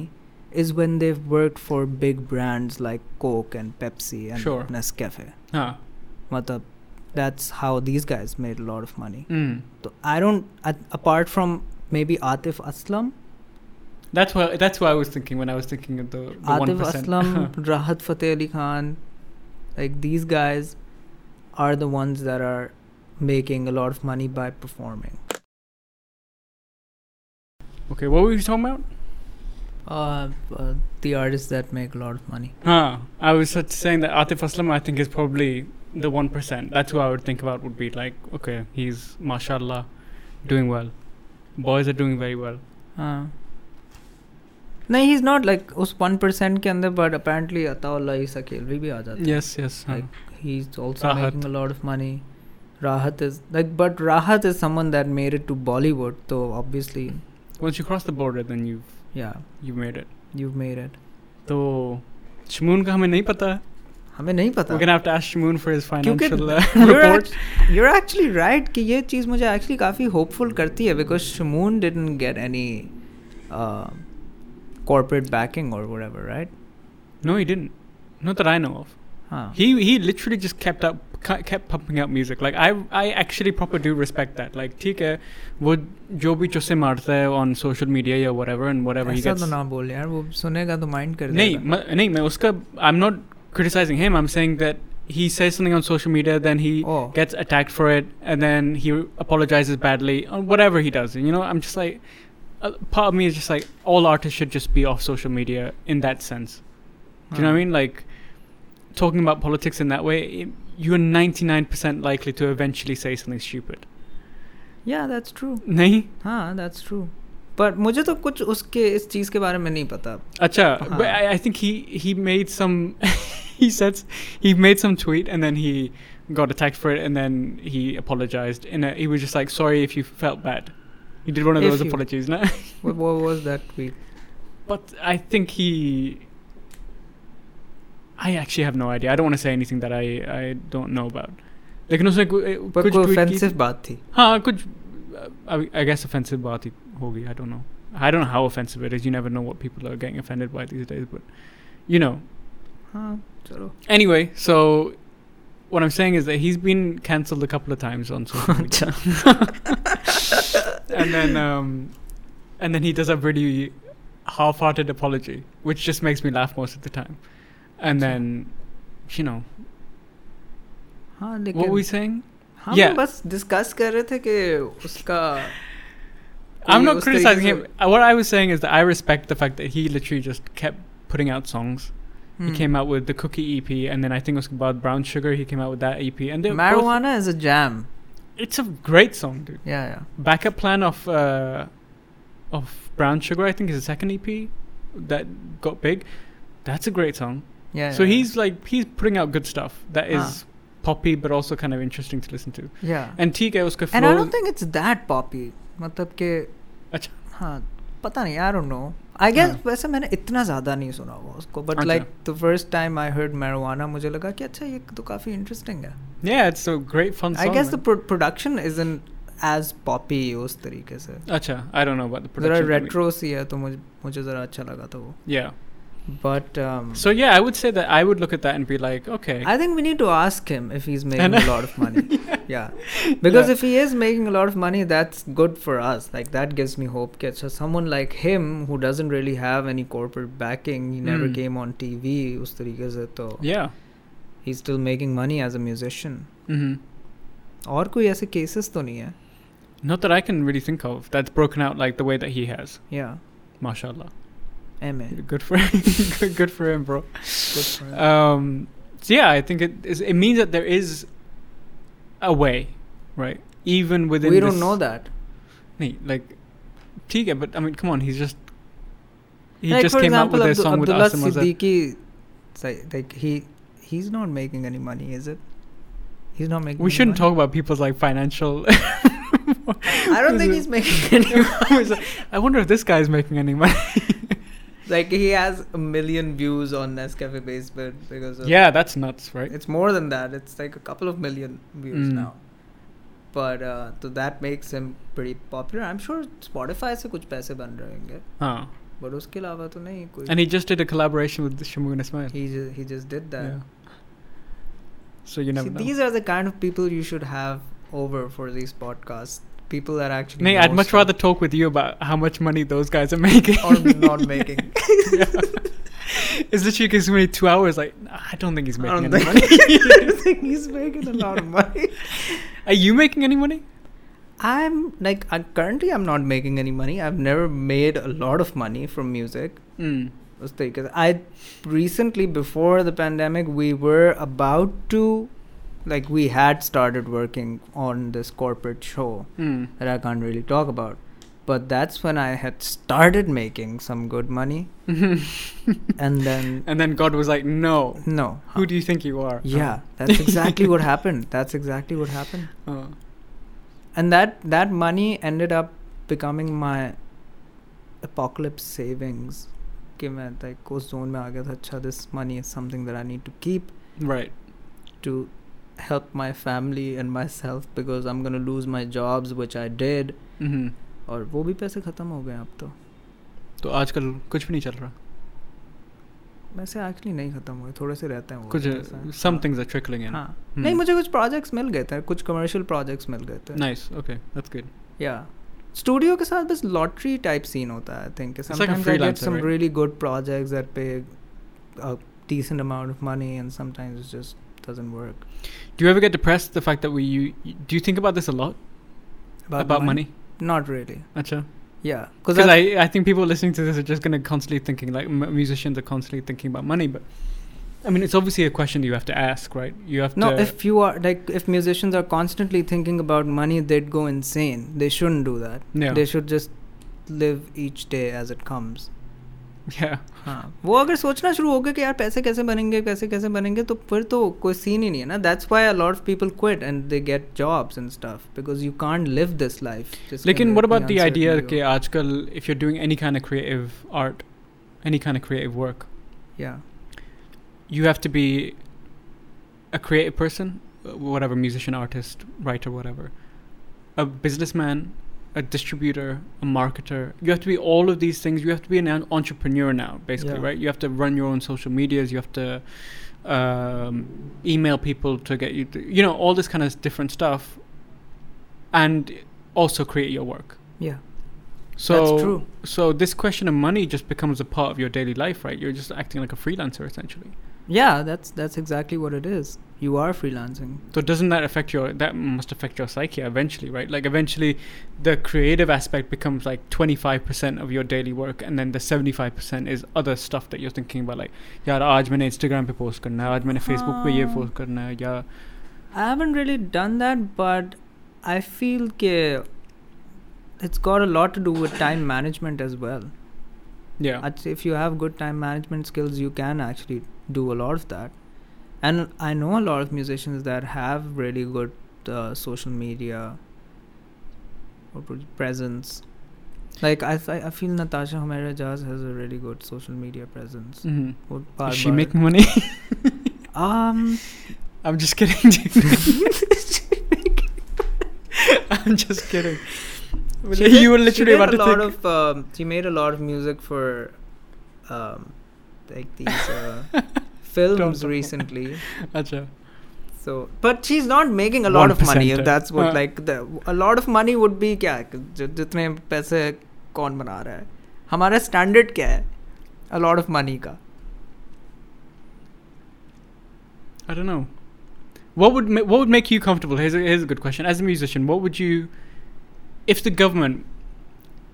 Speaker 2: is when they've worked for big brands like Coke and Pepsi and
Speaker 1: Sure.
Speaker 2: Nescafe.
Speaker 1: Huh.
Speaker 2: Matlab, that's how these guys made a lot of money.
Speaker 1: Mm.
Speaker 2: So I don't a apart from maybe Atif Aslam,
Speaker 1: That's what that's what I was thinking when I was thinking of the, the one
Speaker 2: Atif
Speaker 1: percent.
Speaker 2: Aslam, Rahat Fateh Ali Khan, like these guys are the ones that are making a lot of money by performing.
Speaker 1: okay, what were you talking about?
Speaker 2: Uh, uh, the artists that make a lot of money.
Speaker 1: Huh. I was just saying that Atif Aslam, I think, is probably the one percent. That's who I would think about. Would be like, okay, he's mashallah, doing well. Boys are doing very well.
Speaker 2: Uh,
Speaker 1: हाँ।
Speaker 2: नहीं he's not like उस 1% के अंदर but apparently Ataullah ईसा केलवी भी आ जाता है
Speaker 1: Yes, yes. huh.
Speaker 2: like he's also
Speaker 1: Rahat.
Speaker 2: making a lot of money Rahat is like but Rahat is someone that made it to Bollywood so obviously
Speaker 1: Once you cross the border, then you've
Speaker 2: yeah
Speaker 1: you've made it.
Speaker 2: you've made it
Speaker 1: So, Shmoon ka hame nahi pata.
Speaker 2: हमें नहीं पता
Speaker 1: We're gonna have to ask Shmoon for his
Speaker 2: क्योंकि
Speaker 1: financial uh,
Speaker 2: you're
Speaker 1: report.
Speaker 2: act- you're actually right कि ये चीज़ मुझे actually काफ़ी hopeful करती है because Shamoon didn't get any uh, corporate backing or whatever right
Speaker 1: No, he didn't. Not that I know of.
Speaker 2: हाँ
Speaker 1: He he literally just kept up cu- kept pumping out music. Like I I actually proper do respect that. Like ठीक है वो जो भी चुस्से मारता है on social media या whatever and whatever he
Speaker 2: ऐसा
Speaker 1: gets.
Speaker 2: तो ना बोल यार वो सुनेगा तो mind कर
Speaker 1: नहीं
Speaker 2: देगा
Speaker 1: म- नहीं मैं उसका I'm not criticizing him. I'm saying that he says something on social media then he
Speaker 2: Oh.
Speaker 1: gets attacked for it and then he apologizes badly on whatever he does. You know I'm just like uh, part of me is just like all artists should just be off social media in that sense. Do you know what I
Speaker 2: हाँ।
Speaker 1: mean? Like talking about politics in that way, it, you're 99% likely to eventually say something stupid.
Speaker 2: yeah that's true
Speaker 1: नहीं
Speaker 2: हाँ that's true पर मुझे तो कुछ उसके इस चीज़ के बारे में नहीं पता
Speaker 1: अच्छा
Speaker 2: हाँ.
Speaker 1: but I, I think he he made some he said he made some tweet and then he got attacked for it, and then he apologized. And uh, he was just like, "Sorry if you felt bad." He did one of
Speaker 2: If
Speaker 1: those
Speaker 2: you-
Speaker 1: apologies, no?
Speaker 2: what, what was that tweet?
Speaker 1: But I think he. I actually have no idea. I don't want to say anything that I I don't know about. लेकिन उसने कु- ए,
Speaker 2: पर
Speaker 1: कुछ eh,
Speaker 2: कोई
Speaker 1: tweet की
Speaker 2: offensive
Speaker 1: थी।
Speaker 2: बात थी
Speaker 1: हाँ कुछ आई गेस ऑफेंसिव बात ही होगी I don't know I don't know how offensive it is you never know what people are getting offended by these days but you know
Speaker 2: हाँ चलो
Speaker 1: Anyway, so what I'm saying is that he's been cancelled a couple of times on social media. and then um, and then he does a really half-hearted apology, which just makes me laugh most of the time. And then you know,
Speaker 2: हाँ
Speaker 1: what were we
Speaker 2: लेकिन
Speaker 1: saying?
Speaker 2: हम
Speaker 1: Yeah.
Speaker 2: बस discuss कर रहे थे कि उसका
Speaker 1: I'm
Speaker 2: कोई
Speaker 1: not
Speaker 2: उस तरीके
Speaker 1: criticizing
Speaker 2: से-
Speaker 1: him. Uh, What I was saying is that I respect the fact that he literally just kept putting out songs. He
Speaker 2: Hmm.
Speaker 1: came out with the Cookie EP, and then I think it was about Brown Sugar. He came out with that EP, and they're both-
Speaker 2: Marijuana is a jam.
Speaker 1: It's a great song, dude.
Speaker 2: Yeah, yeah.
Speaker 1: backup plan of uh, of Brown Sugar, I think, is the second EP that got big. That's a great song.
Speaker 2: Yeah.
Speaker 1: so
Speaker 2: yeah,
Speaker 1: he's like he's putting out good stuff that is
Speaker 2: Ah.
Speaker 1: poppy but also kind of interesting to listen to.
Speaker 2: yeah.
Speaker 1: And ठीक है उसका
Speaker 2: And I don't
Speaker 1: flow
Speaker 2: think it's that poppy. मतलब कि
Speaker 1: अच्छा।
Speaker 2: हाँ पता नहीं I don't know I guess
Speaker 1: हाँ।
Speaker 2: वैसे मैंने इतना ज़्यादा नहीं सुना हुआ उसको बट
Speaker 1: अच्छा।
Speaker 2: Like the first time I heard marijuana मुझे लगा कि अच्छा ये तो काफ़ी इंटरेस्टिंग है
Speaker 1: yeah, it's a great fun song.
Speaker 2: I guess the
Speaker 1: man.
Speaker 2: Production is in as poppy उस तरीके से
Speaker 1: अच्छा, I don't know about the
Speaker 2: ज़रा
Speaker 1: production. I mean,
Speaker 2: रेट्रो सी है तो मुझे मुझे ज़रा अच्छा लगा था वो um,
Speaker 1: Yeah.
Speaker 2: But
Speaker 1: So yeah, I would say that I would look at that and be like, okay.
Speaker 2: I think we need to ask him if he's making
Speaker 1: And-
Speaker 2: a lot of money. yeah.
Speaker 1: Yeah.
Speaker 2: Because if he is making a lot of money, that's good for us. Like that gives me hope. Okay, So someone like him who doesn't really have any corporate backing, he never
Speaker 1: Mm.
Speaker 2: came on TV, us tarike se to
Speaker 1: yeah.
Speaker 2: he's still making money as a musician.
Speaker 1: hmm
Speaker 2: और कोई ऐसे cases तो नहीं है.
Speaker 1: Not that I can really think of that's broken out like the way that he has.
Speaker 2: Yeah.
Speaker 1: Mashallah.
Speaker 2: MA.
Speaker 1: Good for him. good, good for him, bro.
Speaker 2: Good for him.
Speaker 1: Um, so yeah, I think it is, it means that there is a way, right? Even within
Speaker 2: we
Speaker 1: this-
Speaker 2: don't know that.
Speaker 1: Nee, like, ठीक है, but I mean, come on, he's just he
Speaker 2: like
Speaker 1: just
Speaker 2: for
Speaker 1: came
Speaker 2: example,
Speaker 1: out with a song with
Speaker 2: Abdullah
Speaker 1: us and was like,
Speaker 2: Siddiqui, it's like, like he he's not making any money, is it? He's not making.
Speaker 1: we
Speaker 2: any
Speaker 1: shouldn't
Speaker 2: money.
Speaker 1: talk about people's like financial.
Speaker 2: I don't think he's making any
Speaker 1: I wonder if this guy is making any money.
Speaker 2: Like he has a million views on Nescafe Basement because of
Speaker 1: yeah, that's nuts, right?
Speaker 2: it's more than that. It's like a couple of million views
Speaker 1: Mm.
Speaker 2: now. But uh, so that makes him pretty popular. I'm sure Spotify से कुछ पैसे बन रहे होंगे
Speaker 1: Huh.
Speaker 2: but उसके अलावा तो नहीं कोई
Speaker 1: And he just did a collaboration with Shamu and Ismail.
Speaker 2: he just, he just did that.
Speaker 1: Yeah. So you never
Speaker 2: See,
Speaker 1: know.
Speaker 2: these are the kind of people you should have over for these podcasts. People that actually
Speaker 1: Nee,
Speaker 2: know
Speaker 1: I'd much
Speaker 2: stuff
Speaker 1: rather talk with you about how much money those guys are making.
Speaker 2: or not making.
Speaker 1: Is literally gives me two hours. Like, nah, I don't think he's
Speaker 2: I
Speaker 1: making
Speaker 2: don't
Speaker 1: any money.
Speaker 2: think- I don't think he's making a lot of money.
Speaker 1: Are you making any money?
Speaker 2: I'm like I, currently I'm not making any money. I've never made a lot of money from music.
Speaker 1: Mm.
Speaker 2: उस तरीके से I recently before the pandemic we were about to like we had started working on this corporate show
Speaker 1: Mm.
Speaker 2: that I can't really talk about. But that's when I had started making some good money and then
Speaker 1: hmm. and then God was like, "No,
Speaker 2: no.
Speaker 1: who do you think you are?"
Speaker 2: yeah, that's exactly what happened. That's exactly what happened.
Speaker 1: Uh,
Speaker 2: and that that money ended up becoming my apocalypse savings कि मैं like उस zone में आ गया था अच्छा this money is something that I need to keep
Speaker 1: right.
Speaker 2: to help my family and myself because I'm gonna lose my jobs which I did
Speaker 1: Mm-hmm.
Speaker 2: और वो भी पैसे ख़त्म हो गए अब तो
Speaker 1: तो आजकल कुछ भी नहीं चल रहा.
Speaker 2: वैसे एक्चुअली नहीं ख़त्म हुए थोड़े से रहते हैं वो
Speaker 1: कुछ
Speaker 2: थोड़े से, हाँ।
Speaker 1: some things are trickling in.
Speaker 2: हाँ
Speaker 1: Hmm.
Speaker 2: नहीं मुझे कुछ प्रोजेक्ट्स मिल गए थे कुछ कमर्शियल प्रोजेक्ट्स मिल गए थे
Speaker 1: Nice. Okay, that's good.
Speaker 2: Yeah. Studio के साथ बस lottery type scene होता है I think.
Speaker 1: like a
Speaker 2: Sometimes I get
Speaker 1: freelancer,
Speaker 2: some
Speaker 1: right?
Speaker 2: really good projects that pay a decent amount of money and sometimes it just doesn't work.
Speaker 1: Do you ever get depressed the fact that we you do you think about this a lot money?
Speaker 2: Not really.
Speaker 1: Acha.
Speaker 2: Yeah. Because
Speaker 1: Because I, I think people listening to this are just going to constantly thinking, like m- musicians are constantly thinking about money. But I mean, it's obviously a question that you have to ask, right? You have
Speaker 2: no,
Speaker 1: to.
Speaker 2: if you are like if musicians are constantly thinking about money, they'd go insane. They shouldn't do that.
Speaker 1: Yeah.
Speaker 2: They should just live each day as it comes.
Speaker 1: yeah
Speaker 2: हाँ वो अगर सोचना शुरू हो गया कि यार पैसे कैसे बनेंगे कैसे कैसे बनेंगे तो फिर तो कोई सीन ही नहीं है ना that's why a lot of people quit and they get jobs and stuff because you can't live this life
Speaker 1: लेकिन व्हाट अबाउट द आइडिया कि आजकल if you are doing any kind of creative art any kind of creative work
Speaker 2: या
Speaker 1: you have to be a creative person, uh, whatever musician, artist, writer, whatever, a businessman, a distributor, a marketer. You have to be all of these things. You have to be an en- entrepreneur now, basically,
Speaker 2: Yeah.
Speaker 1: right? You have to run your own social medias. You have to um, email people to get you, to, you know, all this kind of different stuff, and also create your work.
Speaker 2: या
Speaker 1: So
Speaker 2: that's true
Speaker 1: So this question of money just becomes a part of your daily life, right? You're just acting like a freelancer essentially.
Speaker 2: Yeah, that's that's exactly what it is. You are freelancing.
Speaker 1: So doesn't that affect your that must affect your psyche eventually, right? Like eventually the creative aspect becomes like 25% of your daily work and then the 75% is other stuff that you're thinking about like yaar aaj maine Instagram pe post karna hai, aaj maine Facebook पे ये
Speaker 2: हाँ।
Speaker 1: post karna hai या
Speaker 2: I haven't really done that, but I feel ke it's got a lot to do with time management as well.
Speaker 1: yeah
Speaker 2: I'd say if you have good time management skills, you can actually do a lot of that. And I know a lot of musicians that have really good uh, social media or pre- presence. Like I, f- I feel Natasha Humaira-Jaz has a really good social media presence.
Speaker 1: Mhm.
Speaker 2: Wo
Speaker 1: Does
Speaker 2: baar
Speaker 1: she
Speaker 2: baar-
Speaker 1: make money?
Speaker 2: um
Speaker 1: I'm just kidding. I'm just kidding. you were
Speaker 2: She did- she
Speaker 1: literally
Speaker 2: did
Speaker 1: about
Speaker 2: a
Speaker 1: to
Speaker 2: lot
Speaker 1: think.
Speaker 2: of um, she made a lot of music for um, like these uh, films
Speaker 1: Don't-
Speaker 2: recently
Speaker 1: Acha.
Speaker 2: so but she's not making a lot
Speaker 1: One
Speaker 2: of money if
Speaker 1: percenter.
Speaker 2: that's what
Speaker 1: हाँ.
Speaker 2: like the, a lot of money would be क्या जि- जितने पैसे कौन बना रहा है हमारा स्टैंडर्ड क्या है a lot of money का
Speaker 1: I don't know. What would ma- what would make you comfortable? Here's a, here's a good question. As a musician, what would you, if the government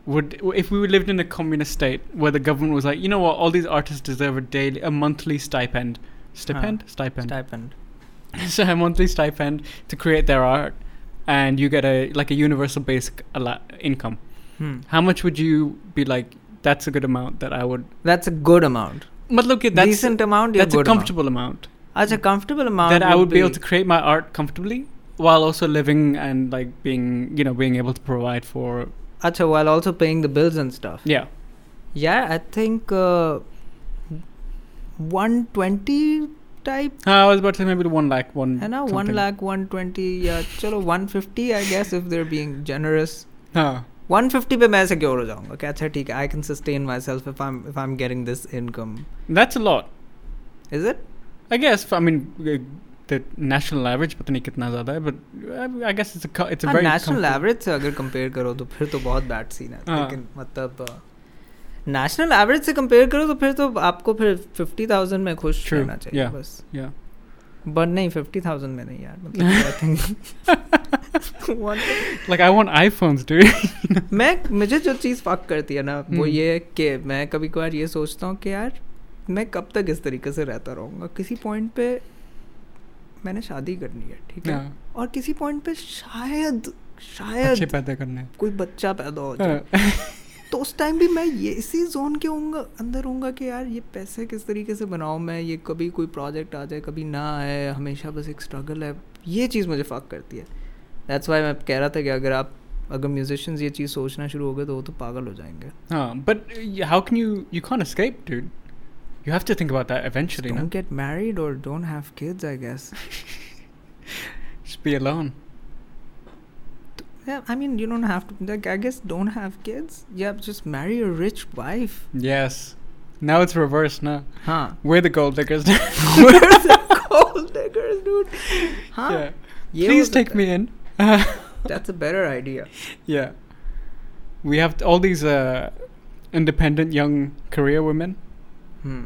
Speaker 1: would, if we lived in a communist state where the government was like, you know what, all these artists deserve a daily, a monthly stipend, stipend, stipend,
Speaker 2: stipend
Speaker 1: so a monthly stipend to create their art, and you get a like a universal basic alla- income.
Speaker 2: hmm.
Speaker 1: How much would you be like? That's a good amount that I would.
Speaker 2: that's a good amount
Speaker 1: मतलब कि that's
Speaker 2: decent amount yeah,
Speaker 1: that's a
Speaker 2: good
Speaker 1: comfortable amount.
Speaker 2: amount. अच्छा comfortable amount
Speaker 1: that I
Speaker 2: would
Speaker 1: would be able to create my art comfortably while also living and like being you know being able to provide for
Speaker 2: अच्छा while also paying the bills and stuff
Speaker 1: yeah
Speaker 2: Yeah, I think uh, 120 type
Speaker 1: Uh, I was about to say maybe one lakh one
Speaker 2: है ना one
Speaker 1: something.
Speaker 2: Lakh one twenty या चलो one fifty I guess if they're being generous
Speaker 1: हाँ.
Speaker 2: One fifty पे मैं secure हो जाऊंगा कि अच्छा ठीक है I can sustain myself if I if I am getting this income
Speaker 1: that's a lot
Speaker 2: is it
Speaker 1: I guess I mean uh, the national average पता नहीं कितना ज़्यादा है but uh, I guess it's a co- it's a very
Speaker 2: national
Speaker 1: comfortable-
Speaker 2: average से अगर compare करो तो फिर तो बहुत बैड सीन है
Speaker 1: हाँ।
Speaker 2: लेकिन मतलब नेशनल एवरेज से कंपेयर करो तो फिर तो आपको फिर फिफ्टी थाउजेंड में खुश
Speaker 1: True,
Speaker 2: रहना चाहिए
Speaker 1: yeah,
Speaker 2: बस
Speaker 1: yeah
Speaker 2: बट नहीं फिफ्टी थाउजेंड में नहीं यार मतलब I think
Speaker 1: like I want iPhones dude
Speaker 2: मैं मुझे जो चीज़ फक करती है ना वो
Speaker 1: हम्म।
Speaker 2: ये है कि मैं कभी कभार ये सोचता हूँ कि यार मैं कब तक इस तरीके से रहता रहूँगा किसी पॉइंट पे मैंने शादी करनी है ठीक है
Speaker 1: हाँ,
Speaker 2: और किसी पॉइंट पे शायद
Speaker 1: बच्चे
Speaker 2: शायद
Speaker 1: पैदा करने हैं।
Speaker 2: कोई बच्चा पैदा हो जाए
Speaker 1: हाँ,
Speaker 2: तो उस टाइम भी मैं ये इसी जोन के होऊंगा अंदर होऊंगा कि यार ये पैसे किस तरीके से बनाऊँ मैं ये कभी कोई प्रोजेक्ट आ जाए कभी ना आए हमेशा बस एक स्ट्रगल है ये चीज़ मुझे फक करती है दैट्स वाई मैं कह रहा था कि अगर आप अगर म्यूजिशियंस ये चीज़ सोचना शुरू हो गए तो वो तो पागल हो जाएंगे
Speaker 1: हाँ, but uh, how can you you can't escape dude you have to think about that eventually no?
Speaker 2: Don't get married और don't have kids I guess
Speaker 1: just be alone
Speaker 2: I mean you don't have to like I guess don't have kids या just marry a rich wife
Speaker 1: Yes. Now it's reversed now.
Speaker 2: हाँ
Speaker 1: We're the gold diggers.
Speaker 2: Where's the gold diggers, dude? हाँ
Speaker 1: yeah.
Speaker 2: ये हो
Speaker 1: Please
Speaker 2: सकता
Speaker 1: take
Speaker 2: है।
Speaker 1: me in.
Speaker 2: That's a better idea.
Speaker 1: yeah. We have t- all these uh, independent young career women.
Speaker 2: Hmm.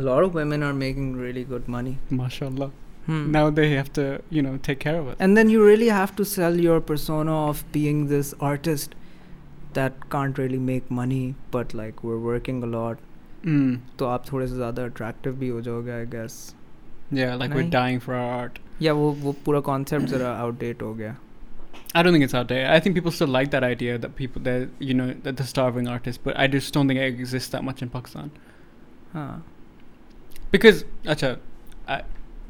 Speaker 2: A lot of women are making really good money.
Speaker 1: Mashallah.
Speaker 2: Hmm.
Speaker 1: Now they have to, you know, take care of it.
Speaker 2: And then you really have to sell your persona of being this artist that can't really make money, but like we're working a lot.
Speaker 1: Mm.
Speaker 2: तो आप थोड़े से ज़्यादा attractive भी हो जाओगे I guess
Speaker 1: Yeah, like we're
Speaker 2: Nahi.
Speaker 1: dying for our art.
Speaker 2: या वो वो पूरा कॉन्सेप्ट ज़रा आउटडेट हो गया
Speaker 1: I don't think it's out there. I think people still like that idea that people that you know that the starving artist, but I just don't think it exists that much in Pakistan
Speaker 2: हाँ
Speaker 1: because acha, I,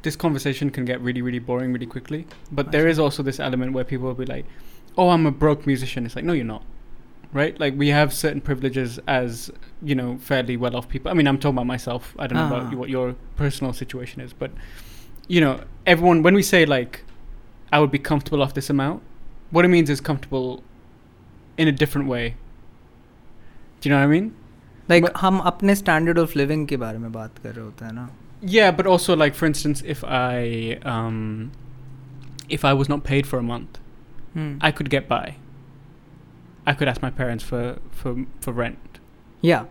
Speaker 1: this conversation can get really really boring really quickly. But there is also this element where people will be like, "Oh, I'm a broke musician." It's like, no, you're not, right? Like we have certain privileges as you know fairly well off people. I mean, I'm talking about myself. I don't know about
Speaker 2: Ah.
Speaker 1: you, what your personal situation is, but you know, everyone when we say like, "I would be comfortable off this amount," what it means is comfortable in a different way. Do you know what I mean?
Speaker 2: Like
Speaker 1: But-
Speaker 2: हम अपने standard of living के बारे में बात कर रहे होते हैं ना
Speaker 1: Yeah, but also like for instance, if I um, if I was not paid for a month,
Speaker 2: Hmm.
Speaker 1: I could get by. I could ask my parents for for for rent,
Speaker 2: या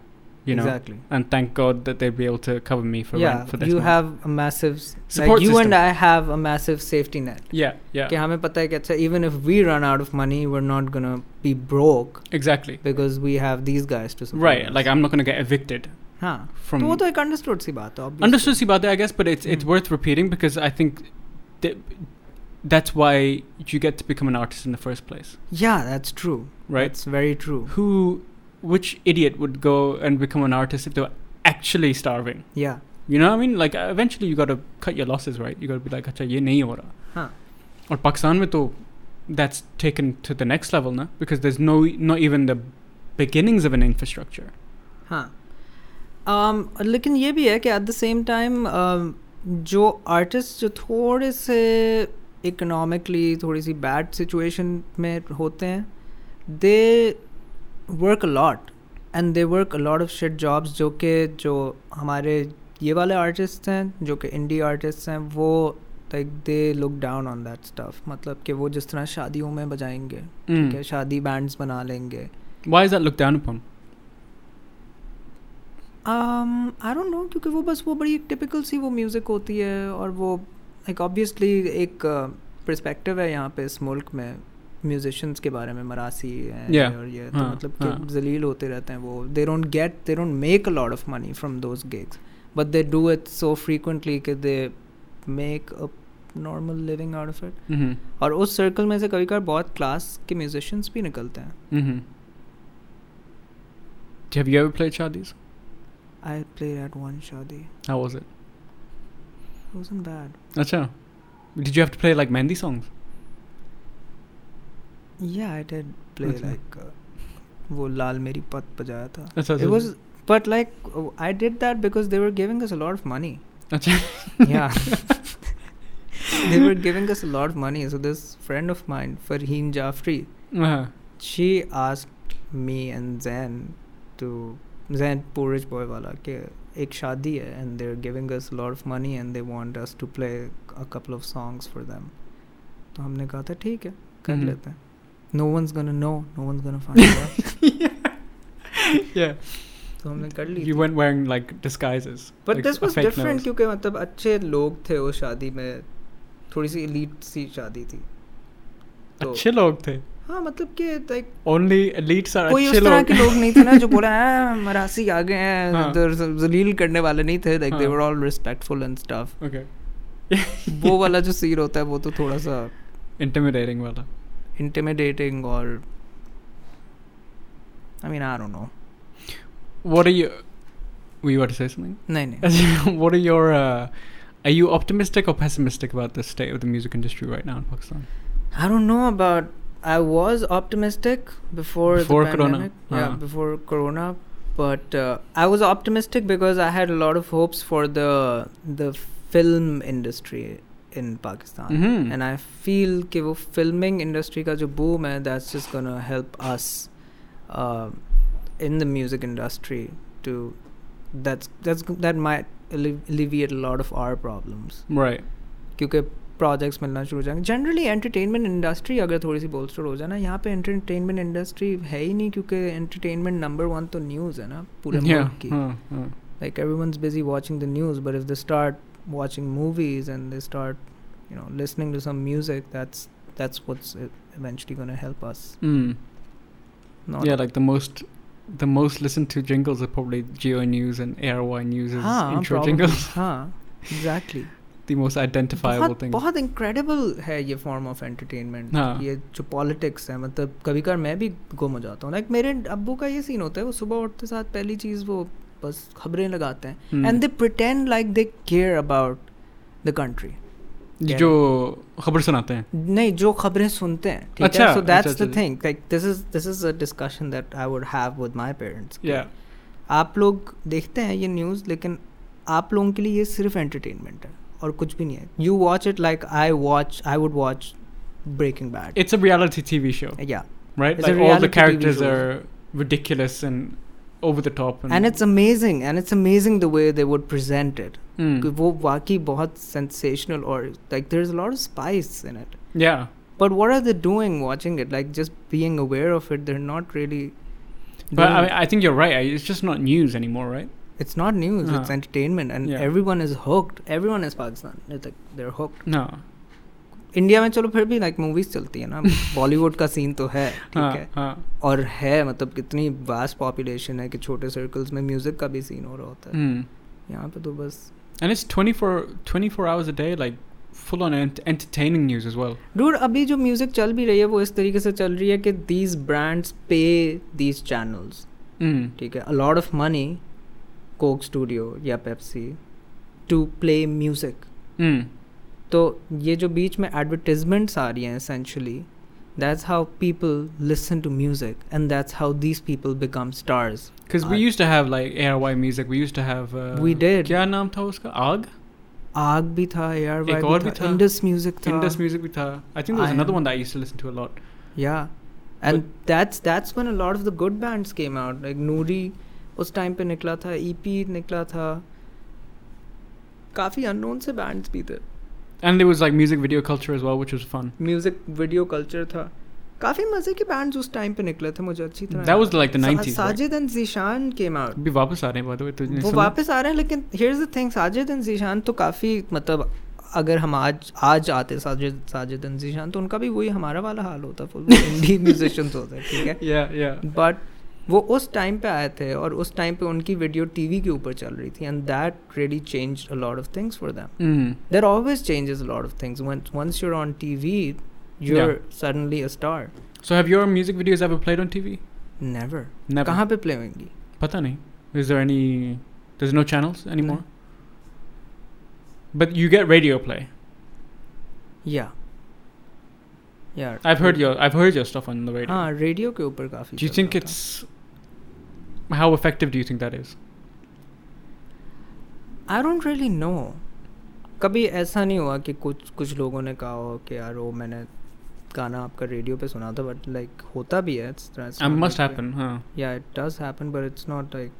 Speaker 1: you know,
Speaker 2: exactly
Speaker 1: and thank God that they'd be able to cover me for
Speaker 2: yeah
Speaker 1: rent for this
Speaker 2: you
Speaker 1: month.
Speaker 2: have a massive
Speaker 1: Support
Speaker 2: like you
Speaker 1: system.
Speaker 2: and I have a massive safety net
Speaker 1: yeah, yeah,
Speaker 2: कि हमें पता है कि अच्छा even if we run out of money we're not gonna be broke
Speaker 1: exactly.
Speaker 2: because we have these guys to support
Speaker 1: Right,
Speaker 2: us.
Speaker 1: like I'm not gonna get evicted
Speaker 2: हाँ
Speaker 1: from.
Speaker 2: तो वो तो एक अंडरस्टूड सी बात है obviously.
Speaker 1: Understood, Sibade, I guess, but it's it's
Speaker 2: Mm.
Speaker 1: worth repeating because I think that that's why you get to become an artist in the first place,
Speaker 2: Yeah, that's true.
Speaker 1: right?
Speaker 2: That's very true.
Speaker 1: who which idiot would go and become an artist if they were actually starving
Speaker 2: Yeah.
Speaker 1: you know what i mean like uh, eventually you got to cut your losses right you got to be like acha ye nahi ho raha
Speaker 2: Huh.
Speaker 1: or pakistan mein to that's taken to the next level na because there's no not even the beginnings of an infrastructure
Speaker 2: हाँ um, लेकिन ये भी है कि at the same time um, जो artist जो थोड़े से इकोनॉमिकली थोड़ी सी बैड सिचुएशन में होते हैं they work lot and they work lot of shit jobs जो कि जो हमारे ये वाले आर्टिस्ट हैं जो कि इंडी आर्टिस्ट हैं वो like they look down on that stuff मतलब कि वो जिस तरह शादियों में बजाएंगे ठीक है
Speaker 1: mm.
Speaker 2: शादी बैंड्स बना लेंगे
Speaker 1: why is that looked down upon
Speaker 2: I don't know क्योंकि वो बस वो बड़ी एक टिपिकल सी वो म्यूज़िक होती है और वो एक ऑब्वियसली एक परस्पेक्टिव है यहाँ पे इस मुल्क में म्यूजिशंस के बारे में मरासी हैं
Speaker 1: Yeah,
Speaker 2: और ये तो
Speaker 1: हाँ,
Speaker 2: मतलब कि
Speaker 1: हाँ.
Speaker 2: जलील होते रहते हैं वो they don't get they don't make a lot of money from those gigs but they do it so frequently कि they make a normal living out of it
Speaker 1: mm-hmm.
Speaker 2: और उस सर्कल में से कभी कभार बहुत क्लास के म्यूजिशंस भी निकलते हैं
Speaker 1: Mm-hmm. have you ever played shadis
Speaker 2: I play at one shaadi
Speaker 1: how was it
Speaker 2: wasn't bad
Speaker 1: acha did you have to play like mehndi songs
Speaker 2: Yeah, I did play
Speaker 1: अच्छा।
Speaker 2: like uh, वो लाल मेरी पत बजाया था
Speaker 1: अच्छा,
Speaker 2: it
Speaker 1: अच्छा।
Speaker 2: was but like uh, I did that because they were giving us a lot of money.
Speaker 1: acha
Speaker 2: Yeah. they were giving us a lot of money. So this friend of mine, Farheen Jafri,
Speaker 1: uh-huh.
Speaker 2: she asked me and Zain to Zain Porridge Boy wala के एक शादी है and they're giving us a lot of money and they want us to play a couple of songs for them. तो हमने कहा था ठीक है कर
Speaker 1: हम्म।
Speaker 2: लेते हैं No one's gonna know, no one's gonna find out.
Speaker 1: yeah
Speaker 2: तो हमने कर ली
Speaker 1: You
Speaker 2: थी।
Speaker 1: went wearing like disguises.
Speaker 2: But
Speaker 1: like,
Speaker 2: this
Speaker 1: a
Speaker 2: was
Speaker 1: fake
Speaker 2: different
Speaker 1: nose.
Speaker 2: क्योंकि मतलब अच्छे लोग थे उस शादी में थोड़ी सी elite सी शादी थी तो-
Speaker 1: अच्छे लोग थे.
Speaker 2: हाँ मतलब कि like
Speaker 1: Only elites are
Speaker 2: कोई
Speaker 1: अच्छे
Speaker 2: उस तरह
Speaker 1: लोग.
Speaker 2: के लोग नहीं थे ना जो बोला "आ, मरासी आ गए हैं
Speaker 1: हाँ।
Speaker 2: इधर ज- जलील करने वाले नहीं थे लाइक दे
Speaker 1: हाँ।
Speaker 2: Were all respectful and stuff
Speaker 1: okay.
Speaker 2: वो वाला जो सीन होता है वो तो थोड़ा सा
Speaker 1: Intimidating वाला.
Speaker 2: इंटिमिडेटिंग और I mean I don't know
Speaker 1: What are you? Were you about to say something?
Speaker 2: नहीं नहीं
Speaker 1: what are your? Uh, are you optimistic or pessimistic about the state of the music industry right now in Pakistan?
Speaker 2: I don't know about. I was optimistic before,
Speaker 1: Before
Speaker 2: the
Speaker 1: Corona.
Speaker 2: pandemic. Yeah,
Speaker 1: Uh-huh.
Speaker 2: before Corona, but uh, I was optimistic because I had a lot of hopes for the the film industry in Pakistan,
Speaker 1: Mhm.
Speaker 2: and I feel कि वो filming industry का जो boom है, that's just gonna help us uh, in the music industry to that's that's that might alle- alleviate a lot of our problems.
Speaker 1: Right.
Speaker 2: क्योंकि projects मिलना शुरू हो जाएंगे जनरली एंटरटेनमेंट इंडस्ट्री अगर थोड़ी सी बोलस्टर हो जाए ना यहाँ पे एंटरटेनमेंट इंडस्ट्री है ही नहीं क्योंकि एंटरटेनमेंट नंबर वन तो न्यूज़ है ना पूरे
Speaker 1: yeah.
Speaker 2: मुल्क की
Speaker 1: uh, uh.
Speaker 2: Like everyone busy watching the news but if they start watching movies and they start you know listening to some music that's that's what's eventually gonna help us
Speaker 1: Mm.
Speaker 2: Not
Speaker 1: Yeah, like the most. The most listened to jingles are probably Geo News and ARY News'
Speaker 2: हाँ
Speaker 1: intro
Speaker 2: probably,
Speaker 1: jingles.
Speaker 2: हाँ exactly
Speaker 1: the most identifiable
Speaker 2: बहुत
Speaker 1: thing.
Speaker 2: बहुत incredible है ये form of entertainment
Speaker 1: हाँ।
Speaker 2: ये जो politics है मतलब कभी कभार मैं भी गुम हो जाता हूँ लाइक मेरे अब्बू का ये सीन होता है वो सुबह उठते साथ पहली चीज़ वो बस खबरें लगाते हैं
Speaker 1: हम्म।
Speaker 2: And they pretend like they care about the country
Speaker 1: जो खबर सुनाते हैं
Speaker 2: नहीं जो खबरें सुनते हैं ठीक
Speaker 1: अच्छा,
Speaker 2: है सो दैट्स
Speaker 1: अच्छा,
Speaker 2: द
Speaker 1: अच्छा।
Speaker 2: Thing like this is this is a discussion that I would have with my parents
Speaker 1: या
Speaker 2: आप लोग देखते हैं ये न्यूज़ लेकिन आप लोगों के लिए ये सिर्फ एंटरटेनमेंट है और कुछ भी नहीं है you watch it like I watch I would watch breaking bad
Speaker 1: It's a reality TV show,
Speaker 2: या
Speaker 1: right?
Speaker 2: It's a
Speaker 1: like all
Speaker 2: reality
Speaker 1: the
Speaker 2: TV
Speaker 1: characters
Speaker 2: show.
Speaker 1: are ridiculous and over the top and
Speaker 2: and it's amazing and it's amazing the way they would present it
Speaker 1: Hmm.
Speaker 2: वो वाकई बहुत sensational और like there is lot of spice in it
Speaker 1: Yeah.
Speaker 2: But what are they doing watching it like just being aware of it they're not really
Speaker 1: But I, mean, I think you're right. I, it's just not news anymore, right?
Speaker 2: it's not news it's
Speaker 1: हाँ.
Speaker 2: entertainment and
Speaker 1: Yeah.
Speaker 2: everyone is hooked everyone is pakistan it's like they're hooked
Speaker 1: No.
Speaker 2: India में चलो फिर भी like movies चलती है ना बॉलीवुड का scene तो है ठीक
Speaker 1: हाँ,
Speaker 2: है
Speaker 1: हाँ.
Speaker 2: और है मतलब कितनी वास्ट पॉपुलेशन है कि छोटे सर्कल्स में म्यूजिक का भी सीन हो रहा होता है
Speaker 1: Hmm.
Speaker 2: यहाँ पे तो बस
Speaker 1: And it's 24, 24 hours a day, like full on ent- entertaining news as well.
Speaker 2: Dude अभी जो म्यूजिक चल भी रही है वो इस तरीके से चल रही है कि दीज ब्रांड्स पे दीज चैनल्स
Speaker 1: Mm.
Speaker 2: ठीक है a lot of money Coke Studio या Pepsi to play music
Speaker 1: Mm.
Speaker 2: तो ये जो बीच में एडवर्टिजमेंट्स आ रही हैं essentially that's how people listen to music and that's how these people become stars
Speaker 1: Because we
Speaker 2: Aag.
Speaker 1: used to have like ARY music. We used to have. Uh,
Speaker 2: We did.
Speaker 1: क्या नाम था उसका? Aag.
Speaker 2: आग भी था AR
Speaker 1: एक और
Speaker 2: भी
Speaker 1: भी
Speaker 2: था
Speaker 1: था।
Speaker 2: इंडस म्यूजिक था
Speaker 1: Indus music भी था. I think there was
Speaker 2: I
Speaker 1: another
Speaker 2: am-
Speaker 1: one that I used to listen to a lot.
Speaker 2: या and that's that's when a lot of the good bands came out like Noori उस time पे निकला था EP निकला था काफ़ी unknown से bands भी थे
Speaker 1: And there was like music video culture as well, which was fun.
Speaker 2: Music video culture था काफ़ी मज़े के बैंड्स उस टाइम पे निकले थे मुझे अच्छी तरह
Speaker 1: That was like the
Speaker 2: सा-
Speaker 1: 90s, right?
Speaker 2: Sajid and Zeeshan came out
Speaker 1: भी वापस आ रहे हैं by the way. तुझने
Speaker 2: वो
Speaker 1: सुना?
Speaker 2: वापस आ रहे हैं लेकिन here's the thing Sajid and Zeeshan तो काफ़ी मतलब अगर हम आज आज आते साजिद साजिद एंड जीशान तो उनका भी वही हमारा वाला हाल होता फुल इंडी म्यूजिशियंस होते ठीक है
Speaker 1: Yeah, yeah.
Speaker 2: बट वो उस टाइम पे आए थे और उस टाइम पे उनकी वीडियो टीवी के ऊपर चल रही थी and that really change a lot of things for them
Speaker 1: Mm.
Speaker 2: There always changes a lot of things once you're on TV you're suddenly a star
Speaker 1: So have your music videos ever played on TV?
Speaker 2: Never
Speaker 1: Never.
Speaker 2: कहाँ पे play होंगी
Speaker 1: पता नहीं. Is there any? There's no channels anymore. But you get radio play.
Speaker 2: या यार
Speaker 1: I've heard your I've heard your stuff on the radio.
Speaker 2: हाँ radio के ऊपर काफी
Speaker 1: do you
Speaker 2: चल
Speaker 1: think
Speaker 2: रहा था।
Speaker 1: it's how effective do you think that is?
Speaker 2: I don't really know कभी ऐसा नहीं हुआ कि कुछ कुछ लोगों ने कहा हो कि यार वो मैंने गाना आपका रेडियो पे सुना था बट लाइक होता भी है it's- it's
Speaker 1: It
Speaker 2: not
Speaker 1: must
Speaker 2: like-
Speaker 1: happen, huh?
Speaker 2: या it does happen but it's not like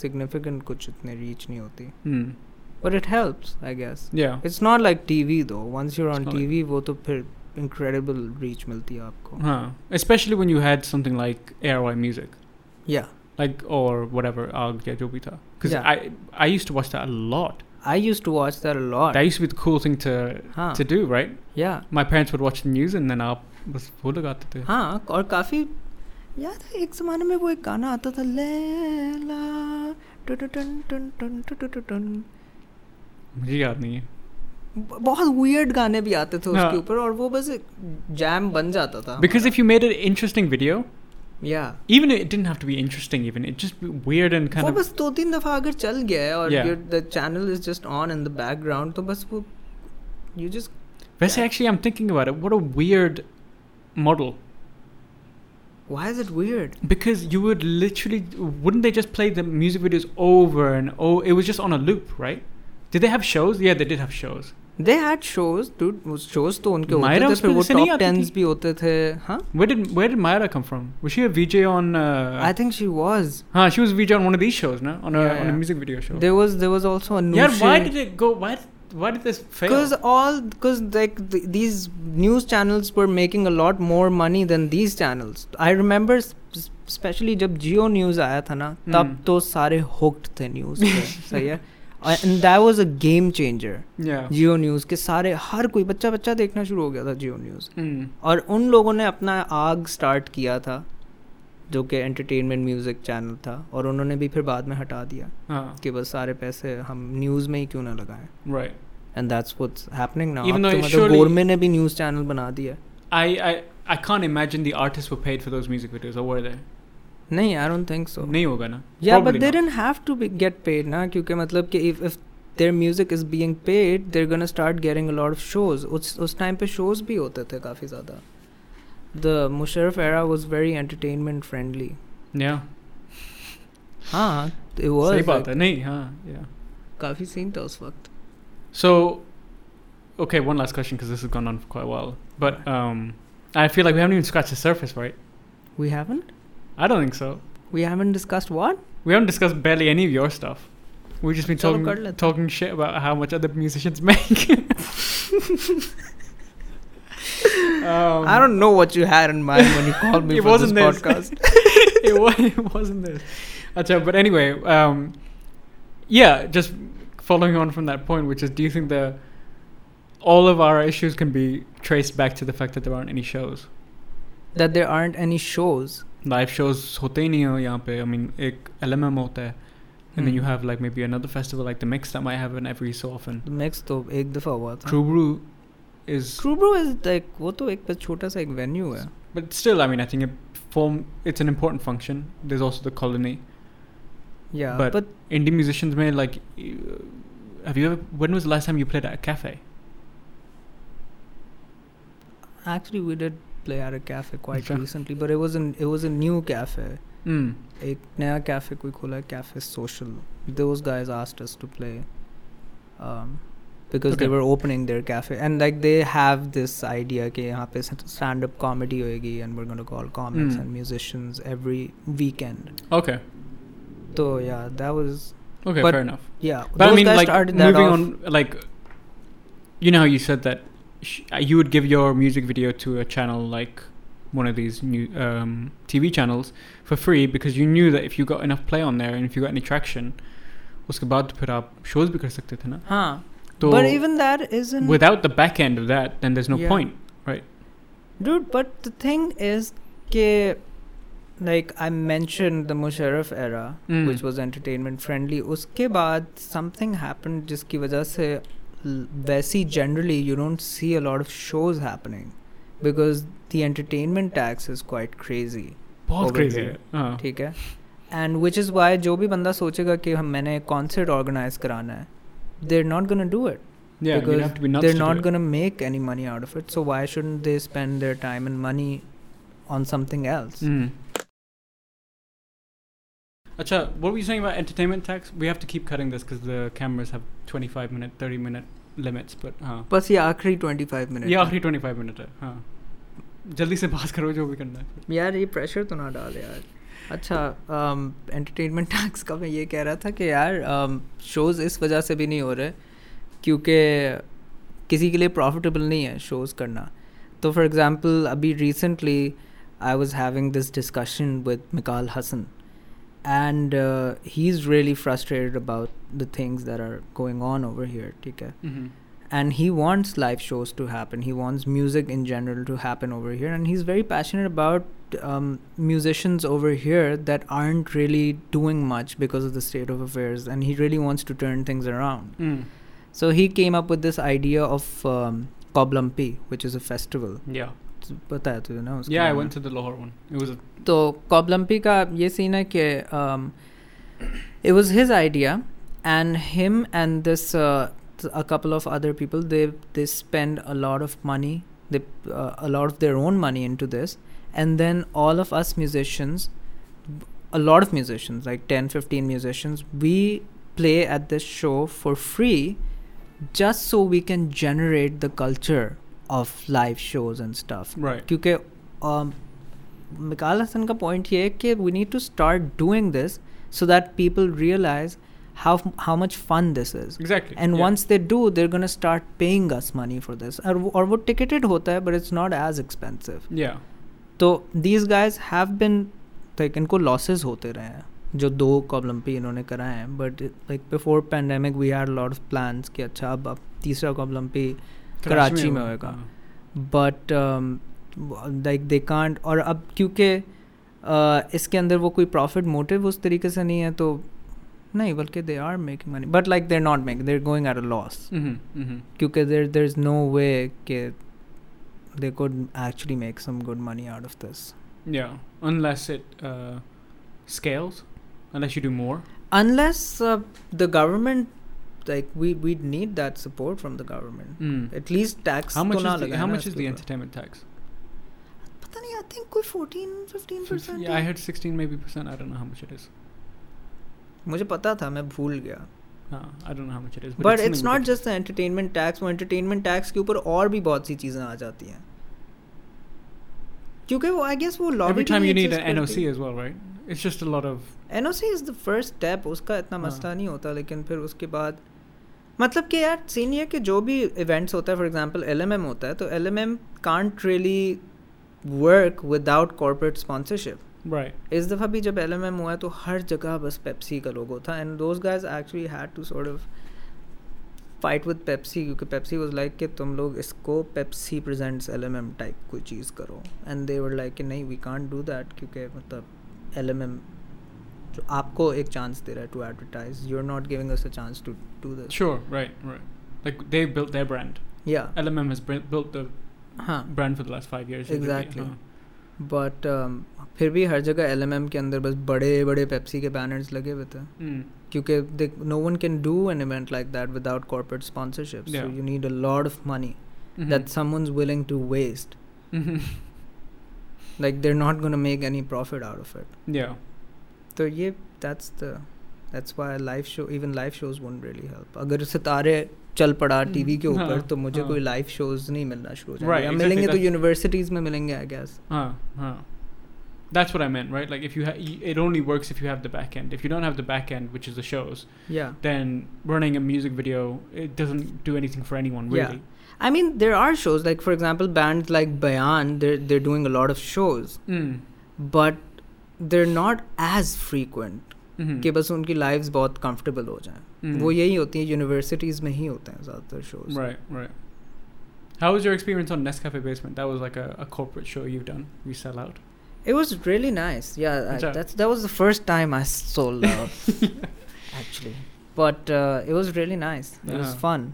Speaker 2: significant कुछ इतने रीच नहीं होती
Speaker 1: Hmm.
Speaker 2: But it helps I guess
Speaker 1: Yeah.
Speaker 2: It's not like TV दो once you're on
Speaker 1: It's not like-
Speaker 2: TV वो तो फिर incredible reach मिलती है आपको
Speaker 1: Huh. Especially when you had something like ARY music,
Speaker 2: या
Speaker 1: like or whatever Aag Ya Jo Bhi Tha. Because
Speaker 2: Yeah.
Speaker 1: I I used to watch that a lot.
Speaker 2: I used to watch that
Speaker 1: That
Speaker 2: lot
Speaker 1: used to be the cool thing to
Speaker 2: हाँ
Speaker 1: to do, right?
Speaker 2: या
Speaker 1: My parents would watch the news and then आप बस वो लगाते थे.
Speaker 2: हाँ और काफी याद है एक जमाने में वो एक गाना आता था लैला टुटुटुन टुन टुन टुटुटुन
Speaker 1: मुझे याद नहीं
Speaker 2: Uh,
Speaker 1: है.
Speaker 2: ब- बहुत वियर्ड गाने भी आते थे
Speaker 1: हाँ।
Speaker 2: उसके ऊपर और वो बस जैम बन जाता था
Speaker 1: Because if you made an interesting video,
Speaker 2: या
Speaker 1: even it didn't have to be interesting. Even it just be weird and kind
Speaker 2: वो
Speaker 1: of
Speaker 2: बस दो तीन दफा अगर चल गया है और
Speaker 1: Yeah.
Speaker 2: The channel is just on in the background तो बस वो you just
Speaker 1: Vese, actually, I'm thinking about it. What a weird model.
Speaker 2: Why is it weird
Speaker 1: Because you would literally, wouldn't they just play the music videos over and over? It was just on a loop, right? Did they have shows? Yeah, they did have shows.
Speaker 2: They had shows dude shows तो उनके
Speaker 1: मायरा
Speaker 2: होते थे
Speaker 1: उसमें
Speaker 2: फिर वो
Speaker 1: जैसे नहीं
Speaker 2: top
Speaker 1: आती
Speaker 2: टेंस
Speaker 1: थी?
Speaker 2: भी होते थे हाँ
Speaker 1: Where did Where did Myra come from? Was she a VJ on?
Speaker 2: I
Speaker 1: Uh,
Speaker 2: think she was
Speaker 1: huh, she was VJ on one of these shows, no? On a
Speaker 2: Yeah,
Speaker 1: on a
Speaker 2: yeah.
Speaker 1: music video show.
Speaker 2: There was there was also
Speaker 1: yeah, why did
Speaker 2: Anusha
Speaker 1: it go? Why did- Why did this fail?
Speaker 2: Because all, because like th- these news channels were making a lot more money than these channels. I remember specially जब Geo news आया था ना तब
Speaker 1: Hmm.
Speaker 2: तो सारे hooked थे news पे सही है and that was a game changer
Speaker 1: yeah.
Speaker 2: Geo news के सारे हर कोई बच्चा बच्चा देखना शुरू हो गया था जियो न्यूज़
Speaker 1: Mm.
Speaker 2: और उन लोगों ने अपना आग स्टार्ट किया था जो कि एंटरटेनमेंट म्यूज़िक चैनल था और उन्होंने भी फिर बाद में हटा दिया
Speaker 1: Ah,
Speaker 2: कि बस सारे पैसे हम न्यूज़ में ही क्यों ना लगाएं
Speaker 1: right.
Speaker 2: And that's what's happening now
Speaker 1: Even
Speaker 2: अब तो
Speaker 1: though it
Speaker 2: मतलब
Speaker 1: surely-
Speaker 2: गवर्नमेंट ने भी न्यूज़ चैनल बना दिया है
Speaker 1: I, I I can't imagine the artists were paid for those music videos or were they?
Speaker 2: नहीं आई डोंट थिंक सो
Speaker 1: नहीं होगा ना
Speaker 2: Yeah, but
Speaker 1: Probably
Speaker 2: they
Speaker 1: not.
Speaker 2: didn't have to be, get paid ना क्योंकि मतलब कि if if their music is being paid they're gonna start getting a lot of shows उस उस time पे shows भी होते थे काफ़ी ज़्यादा the Musharraf era was very entertainment friendly
Speaker 1: Yeah.
Speaker 2: हाँ it
Speaker 1: सही
Speaker 2: was
Speaker 1: बात
Speaker 2: like,
Speaker 1: है नहीं हाँ yeah.
Speaker 2: काफ़ी सीन था उस वक्त
Speaker 1: So, okay, one last question because this has gone on for quite a while. But um, I feel like we haven't even scratched the surface, right?
Speaker 2: we haven't
Speaker 1: I don't think so.
Speaker 2: we haven't discussed what
Speaker 1: We haven't discussed barely any of your stuff. We've just been
Speaker 2: Chalo, kar
Speaker 1: talking
Speaker 2: lete.
Speaker 1: talking shit about how much other musicians make. um,
Speaker 2: I don't know what you had in mind when you called me
Speaker 1: It
Speaker 2: for this
Speaker 1: wasn't this.
Speaker 2: podcast
Speaker 1: it, wa- it wasn't this. Acha, but anyway, um, yeah, just following on from that point, which is, do you think that all of our issues can be traced back to the fact that there aren't any shows?
Speaker 2: that there aren't any shows
Speaker 1: Live shows होते ही नहीं हैं यहाँ पे. I mean, एक LMM होता है, and then you have like maybe another festival like the Mix that might happen every so often.
Speaker 2: mix तो एक दफ़ा हुआ था
Speaker 1: True Brew is,
Speaker 2: True Bro is like वो तो एक बस छोटा सा एक venue है
Speaker 1: but still, I mean, I think it form it's an important function. There's also the Colony.
Speaker 2: Yeah,
Speaker 1: But-
Speaker 2: but,
Speaker 1: indie musicians may like you- have you ever when was the last time you played at a cafe
Speaker 2: actually we did play at a cafe quite
Speaker 1: अच्छा।
Speaker 2: recently, but it was an it was a new cafe.
Speaker 1: mm.
Speaker 2: एक नया cafe कोई खोला है, cafe social. Those guys asked us to play, um, because they
Speaker 1: Okay.
Speaker 2: were opening their cafe and like they have this idea कि यहाँ पे stand up comedy होएगी and we're going to call comics
Speaker 1: Hmm.
Speaker 2: and musicians every weekend.
Speaker 1: okay
Speaker 2: So yeah, that was
Speaker 1: okay
Speaker 2: But-
Speaker 1: fair enough
Speaker 2: yeah.
Speaker 1: but
Speaker 2: those
Speaker 1: i mean
Speaker 2: guys
Speaker 1: like
Speaker 2: started that
Speaker 1: moving
Speaker 2: off-
Speaker 1: on like you know how you said that sh- uh, you would give your music video to a channel like one of these new um, tv channels for free because you knew that if you got enough play on there and if you got any traction उसके बाद फिर आप shows भी कर सकते थे ना
Speaker 2: हाँ.
Speaker 1: तो
Speaker 2: but even that isn't
Speaker 1: without the back end of that then there's no
Speaker 2: Yeah.
Speaker 1: point
Speaker 2: Dude, but the thing is, के, like I mentioned the Musharraf era,
Speaker 1: Mm.
Speaker 2: which was entertainment friendly. उसके बाद something happened जिसकी वजह से l- वैसी generally you don't see a lot of shows happening because the entertainment tax is quite crazy.
Speaker 1: बहुत
Speaker 2: Over
Speaker 1: crazy
Speaker 2: here.
Speaker 1: है हाँ
Speaker 2: ठीक है एंड विच इज़ वाई जो भी बंदा सोचेगा कि हम मैंने कॉन्सर्ट ऑर्गेनाइज कराना है they're not gonna do it
Speaker 1: yeah you have to be nuts
Speaker 2: they're
Speaker 1: to do
Speaker 2: not
Speaker 1: it.
Speaker 2: going to make any money out of it. So why shouldn't they spend their time and money on something else?
Speaker 1: Mm. Acha, what were you saying about entertainment tax? We have to keep cutting this because the cameras have 25 minute, 30 minute limits, but हाँ.
Speaker 2: बस ये आखिरी 25 minute
Speaker 1: ये आखिरी 25 minute है, हाँ. जल्दी से बात करो जो भी करना है.
Speaker 2: यार ये प्रेशर तो ना डाल यार अच्छा एंटरटेनमेंट टैक्स का मैं ये कह रहा था कि यार शोज़ इस वजह से भी नहीं हो रहे क्योंकि किसी के लिए प्रॉफिटेबल नहीं है शोज़ करना तो फॉर एग्ज़ाम्पल अभी recently I was having this discussion with Mekaal Hasan and he is really frustrated about the things that are going on over here ठीक है and he wants live shows to happen he wants music in general to happen over here and he's very passionate about um, musicians over here that aren't really doing much because of the state of affairs and he really wants to turn things around
Speaker 1: Mm.
Speaker 2: so he came up with this idea of um, Koblampi, which is a festival
Speaker 1: Yeah.
Speaker 2: पता है तुझे ना उसके
Speaker 1: Yeah, I
Speaker 2: बारे में?
Speaker 1: went to the Lahore one. It was a.
Speaker 2: तो कॉबलम्पी का ये सीन है कि um, it was his idea and him and this a couple of other people they they spend a lot of money they a lot of their own money in to this and then all of us musicians a lot of musicians, like 10, 15 musicians, we play at this show for free just so we can generate the culture of live shows and stuff.
Speaker 1: Right.
Speaker 2: क्योंकि um, Mikaal Hasan का point ये है कि we need to start doing this so that people realise how how much fun this is
Speaker 1: Exactly.
Speaker 2: And
Speaker 1: yeah.
Speaker 2: Once they do they're gonna start paying us money for this और वो- और वो ticketed होता है but it's not as expensive
Speaker 1: Yeah.
Speaker 2: तो these guys have been like इनको losses होते रहे हैं जो दो कॉबलम्पी इन्होंने कराए हैं but like before pandemic we had lot of plans कि अच्छा अब अब तीसरा कॉबलम्पी कराची में होएगा।
Speaker 1: हाँ.
Speaker 2: बट लाइक दे कांट और अब क्योंकि uh, इसके अंदर वो कोई प्रॉफिट मोटिव उस तरीके से नहीं है तो नहीं बल्कि they are making money but like they're not making they're going at a loss
Speaker 1: Mm-hmm, mm-hmm.
Speaker 2: क्योंकि there there is no way कि they could actually make some good money out of this
Speaker 1: Yeah, unless it uh, scales, unless you do more.
Speaker 2: unless uh, the government like we we need that support from the government
Speaker 1: Mm.
Speaker 2: at least tax
Speaker 1: How
Speaker 2: to
Speaker 1: much
Speaker 2: ना
Speaker 1: is the,
Speaker 2: लगाए
Speaker 1: how
Speaker 2: ना
Speaker 1: much is
Speaker 2: इसके
Speaker 1: the
Speaker 2: ऊपर।
Speaker 1: entertainment tax?
Speaker 2: पता नहीं I think कोई 14 15
Speaker 1: Fif-
Speaker 2: percent
Speaker 1: Yeah, I heard 16 maybe percent. I don't know how much it is.
Speaker 2: मुझे पता था मैं भूल गया
Speaker 1: Uh, I don't know how much it is.
Speaker 2: But it's
Speaker 1: something
Speaker 2: not
Speaker 1: ridiculous.
Speaker 2: Just the entertainment tax वो entertainment tax के ऊपर और भी बहुत सी चीज़ें आ जाती हैं क्योंकि वो आई गेस वो lobby
Speaker 1: Every time you need an NOC as well, right? It's just a lot of.
Speaker 2: NOC is the first step उसका इतना
Speaker 1: हाँ।
Speaker 2: मसला नहीं होता लेकिन फिर उसके बाद मतलब कि यार सीन ये है कि जो भी इवेंट्स होता है फॉर एग्जांपल एलएमएम होता है तो LMM can't really work without corporate sponsorship
Speaker 1: Right.
Speaker 2: इस दफ़ा भी जब एलएमएम हुआ है तो हर जगह बस पेप्सी का लोगो था and those guys actually had to sort of fight with Pepsi क्योंकि पेप्सी वाज लाइक कि तुम लोग इसको पेप्सी प्रेजेंट्स एलएमएम टाइप कोई चीज़ करो एंड दे वर लाइक कि नहीं वी कांट डू दैट क्योंकि मतलब एलएमएम जो आपको एक चांस दे रहा है to advertise you are not giving us a chance to do this
Speaker 1: Sure. Right. Right. Like they built their brand.
Speaker 2: या
Speaker 1: LMM has br- built the
Speaker 2: हाँ
Speaker 1: brand for the last five years. in Turkey,
Speaker 2: Exactly.
Speaker 1: huh?
Speaker 2: But um, फिर भी हर जगह LMM के अंदर बस बड़े बड़े पेप्सी के बैनर्स लगे हुए थे
Speaker 1: Mm.
Speaker 2: क्योंकि they, no one can do an event like that without corporate sponsorships so
Speaker 1: Yeah.
Speaker 2: you need a lot of money
Speaker 1: Mhm.
Speaker 2: that someone's willing to waste
Speaker 1: Mhm.
Speaker 2: like they're not going to make any profit out of it
Speaker 1: Yeah.
Speaker 2: तो ये that's the that's why live show even live shows won't really help अगर सितारे चल पड़ा
Speaker 1: हम्म,
Speaker 2: TV के ऊपर
Speaker 1: हाँ,
Speaker 2: तो मुझे
Speaker 1: हाँ।
Speaker 2: कोई लाइव शोज नहीं मिलना शुरू हो
Speaker 1: Mm-hmm. Right,
Speaker 2: जाएंगे या
Speaker 1: exactly,
Speaker 2: मिलेंगे तो
Speaker 1: that's-
Speaker 2: यूनिवर्सिटीज में मिलेंगे I guess
Speaker 1: Huh. Huh. That's what I meant, right? Like if you ha- y- it only works if you have the back end. If you don't have the back end, which is the shows,
Speaker 2: yeah
Speaker 1: then running a music video it doesn't do anything for anyone
Speaker 2: Yeah.
Speaker 1: really.
Speaker 2: I mean there are shows like for example bands like Bayan they're they're doing a lot of shows
Speaker 1: Mm.
Speaker 2: but they're not as frequent
Speaker 1: Mhm.
Speaker 2: कि बस उनकी lives बहुत comfortable हो जाएं
Speaker 1: Mm.
Speaker 2: वो यही होती हैं यूनिवर्सिटीज़ में ही होते हैं ज़्यादातर shows
Speaker 1: Right. Right. How was your experience on Nescafe Basement? That was like a, a corporate show you've done. We sell out.
Speaker 2: It was really nice. Yeah, I,
Speaker 1: Good job.
Speaker 2: that's that was the first time I saw love, actually. But uh, it was really nice. It was
Speaker 1: Yeah.
Speaker 2: fun.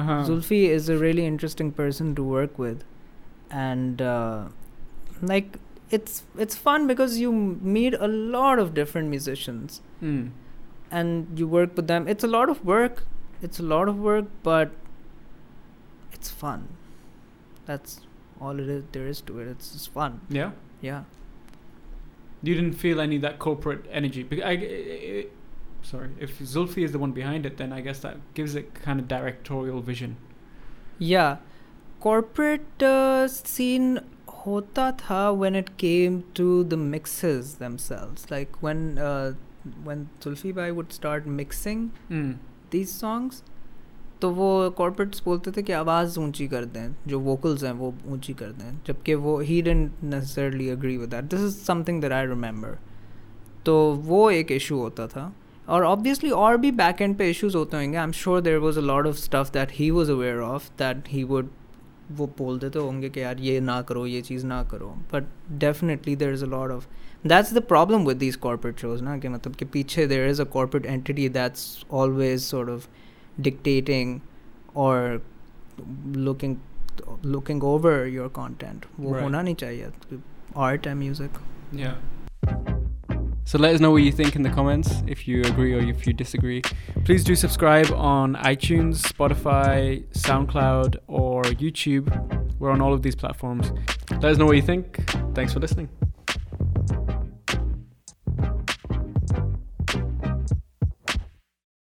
Speaker 1: Uh-huh.
Speaker 2: Zulfi is a really interesting person to work with, and uh, like it's it's fun because you m- meet a lot of different musicians
Speaker 1: Mm.
Speaker 2: and you work with them. It's a lot of work. It's a lot of work, but it's fun. That's all it is. There is to it. It's just fun.
Speaker 1: Yeah.
Speaker 2: Yeah.
Speaker 1: You didn't feel any of that corporate energy. Be- I, I- sorry, if Zulfi is the one behind it, then I guess that gives it kind of directorial vision.
Speaker 2: yeah corporate uh, scene hota tha when it came to the mixes themselves like when uh, when tulsi bhai would start mixing
Speaker 1: Mm.
Speaker 2: these songs तो वो corporates बोलते थे कि आवाज़ ऊंची कर दें जो वोकल्स हैं वो ऊंची कर दें जबकि वो ही didn't necessarily agree with that this is something that I remember तो वो एक इशू होता था और ऑब्वियसली और भी बैक एंड पे इश्यूज होते होंगे I am sure there was a lot of stuff that he was aware of that he would वो बोल देते होंगे कि यार ये ना करो ये चीज़ ना करो but definitely there is a lot of that's the problem with these corporate shows ना कि मतलब कि पीछे there is a corporate entity that's always sort of dictating और looking looking over your content वो
Speaker 1: Right.
Speaker 2: होना नहीं चाहिए art and music
Speaker 1: Yeah. So let us know what you think in the comments if you agree or if you disagree. Please do subscribe on iTunes, Spotify, SoundCloud, or YouTube. We're on all of these platforms. Let us know what you think. Thanks for listening.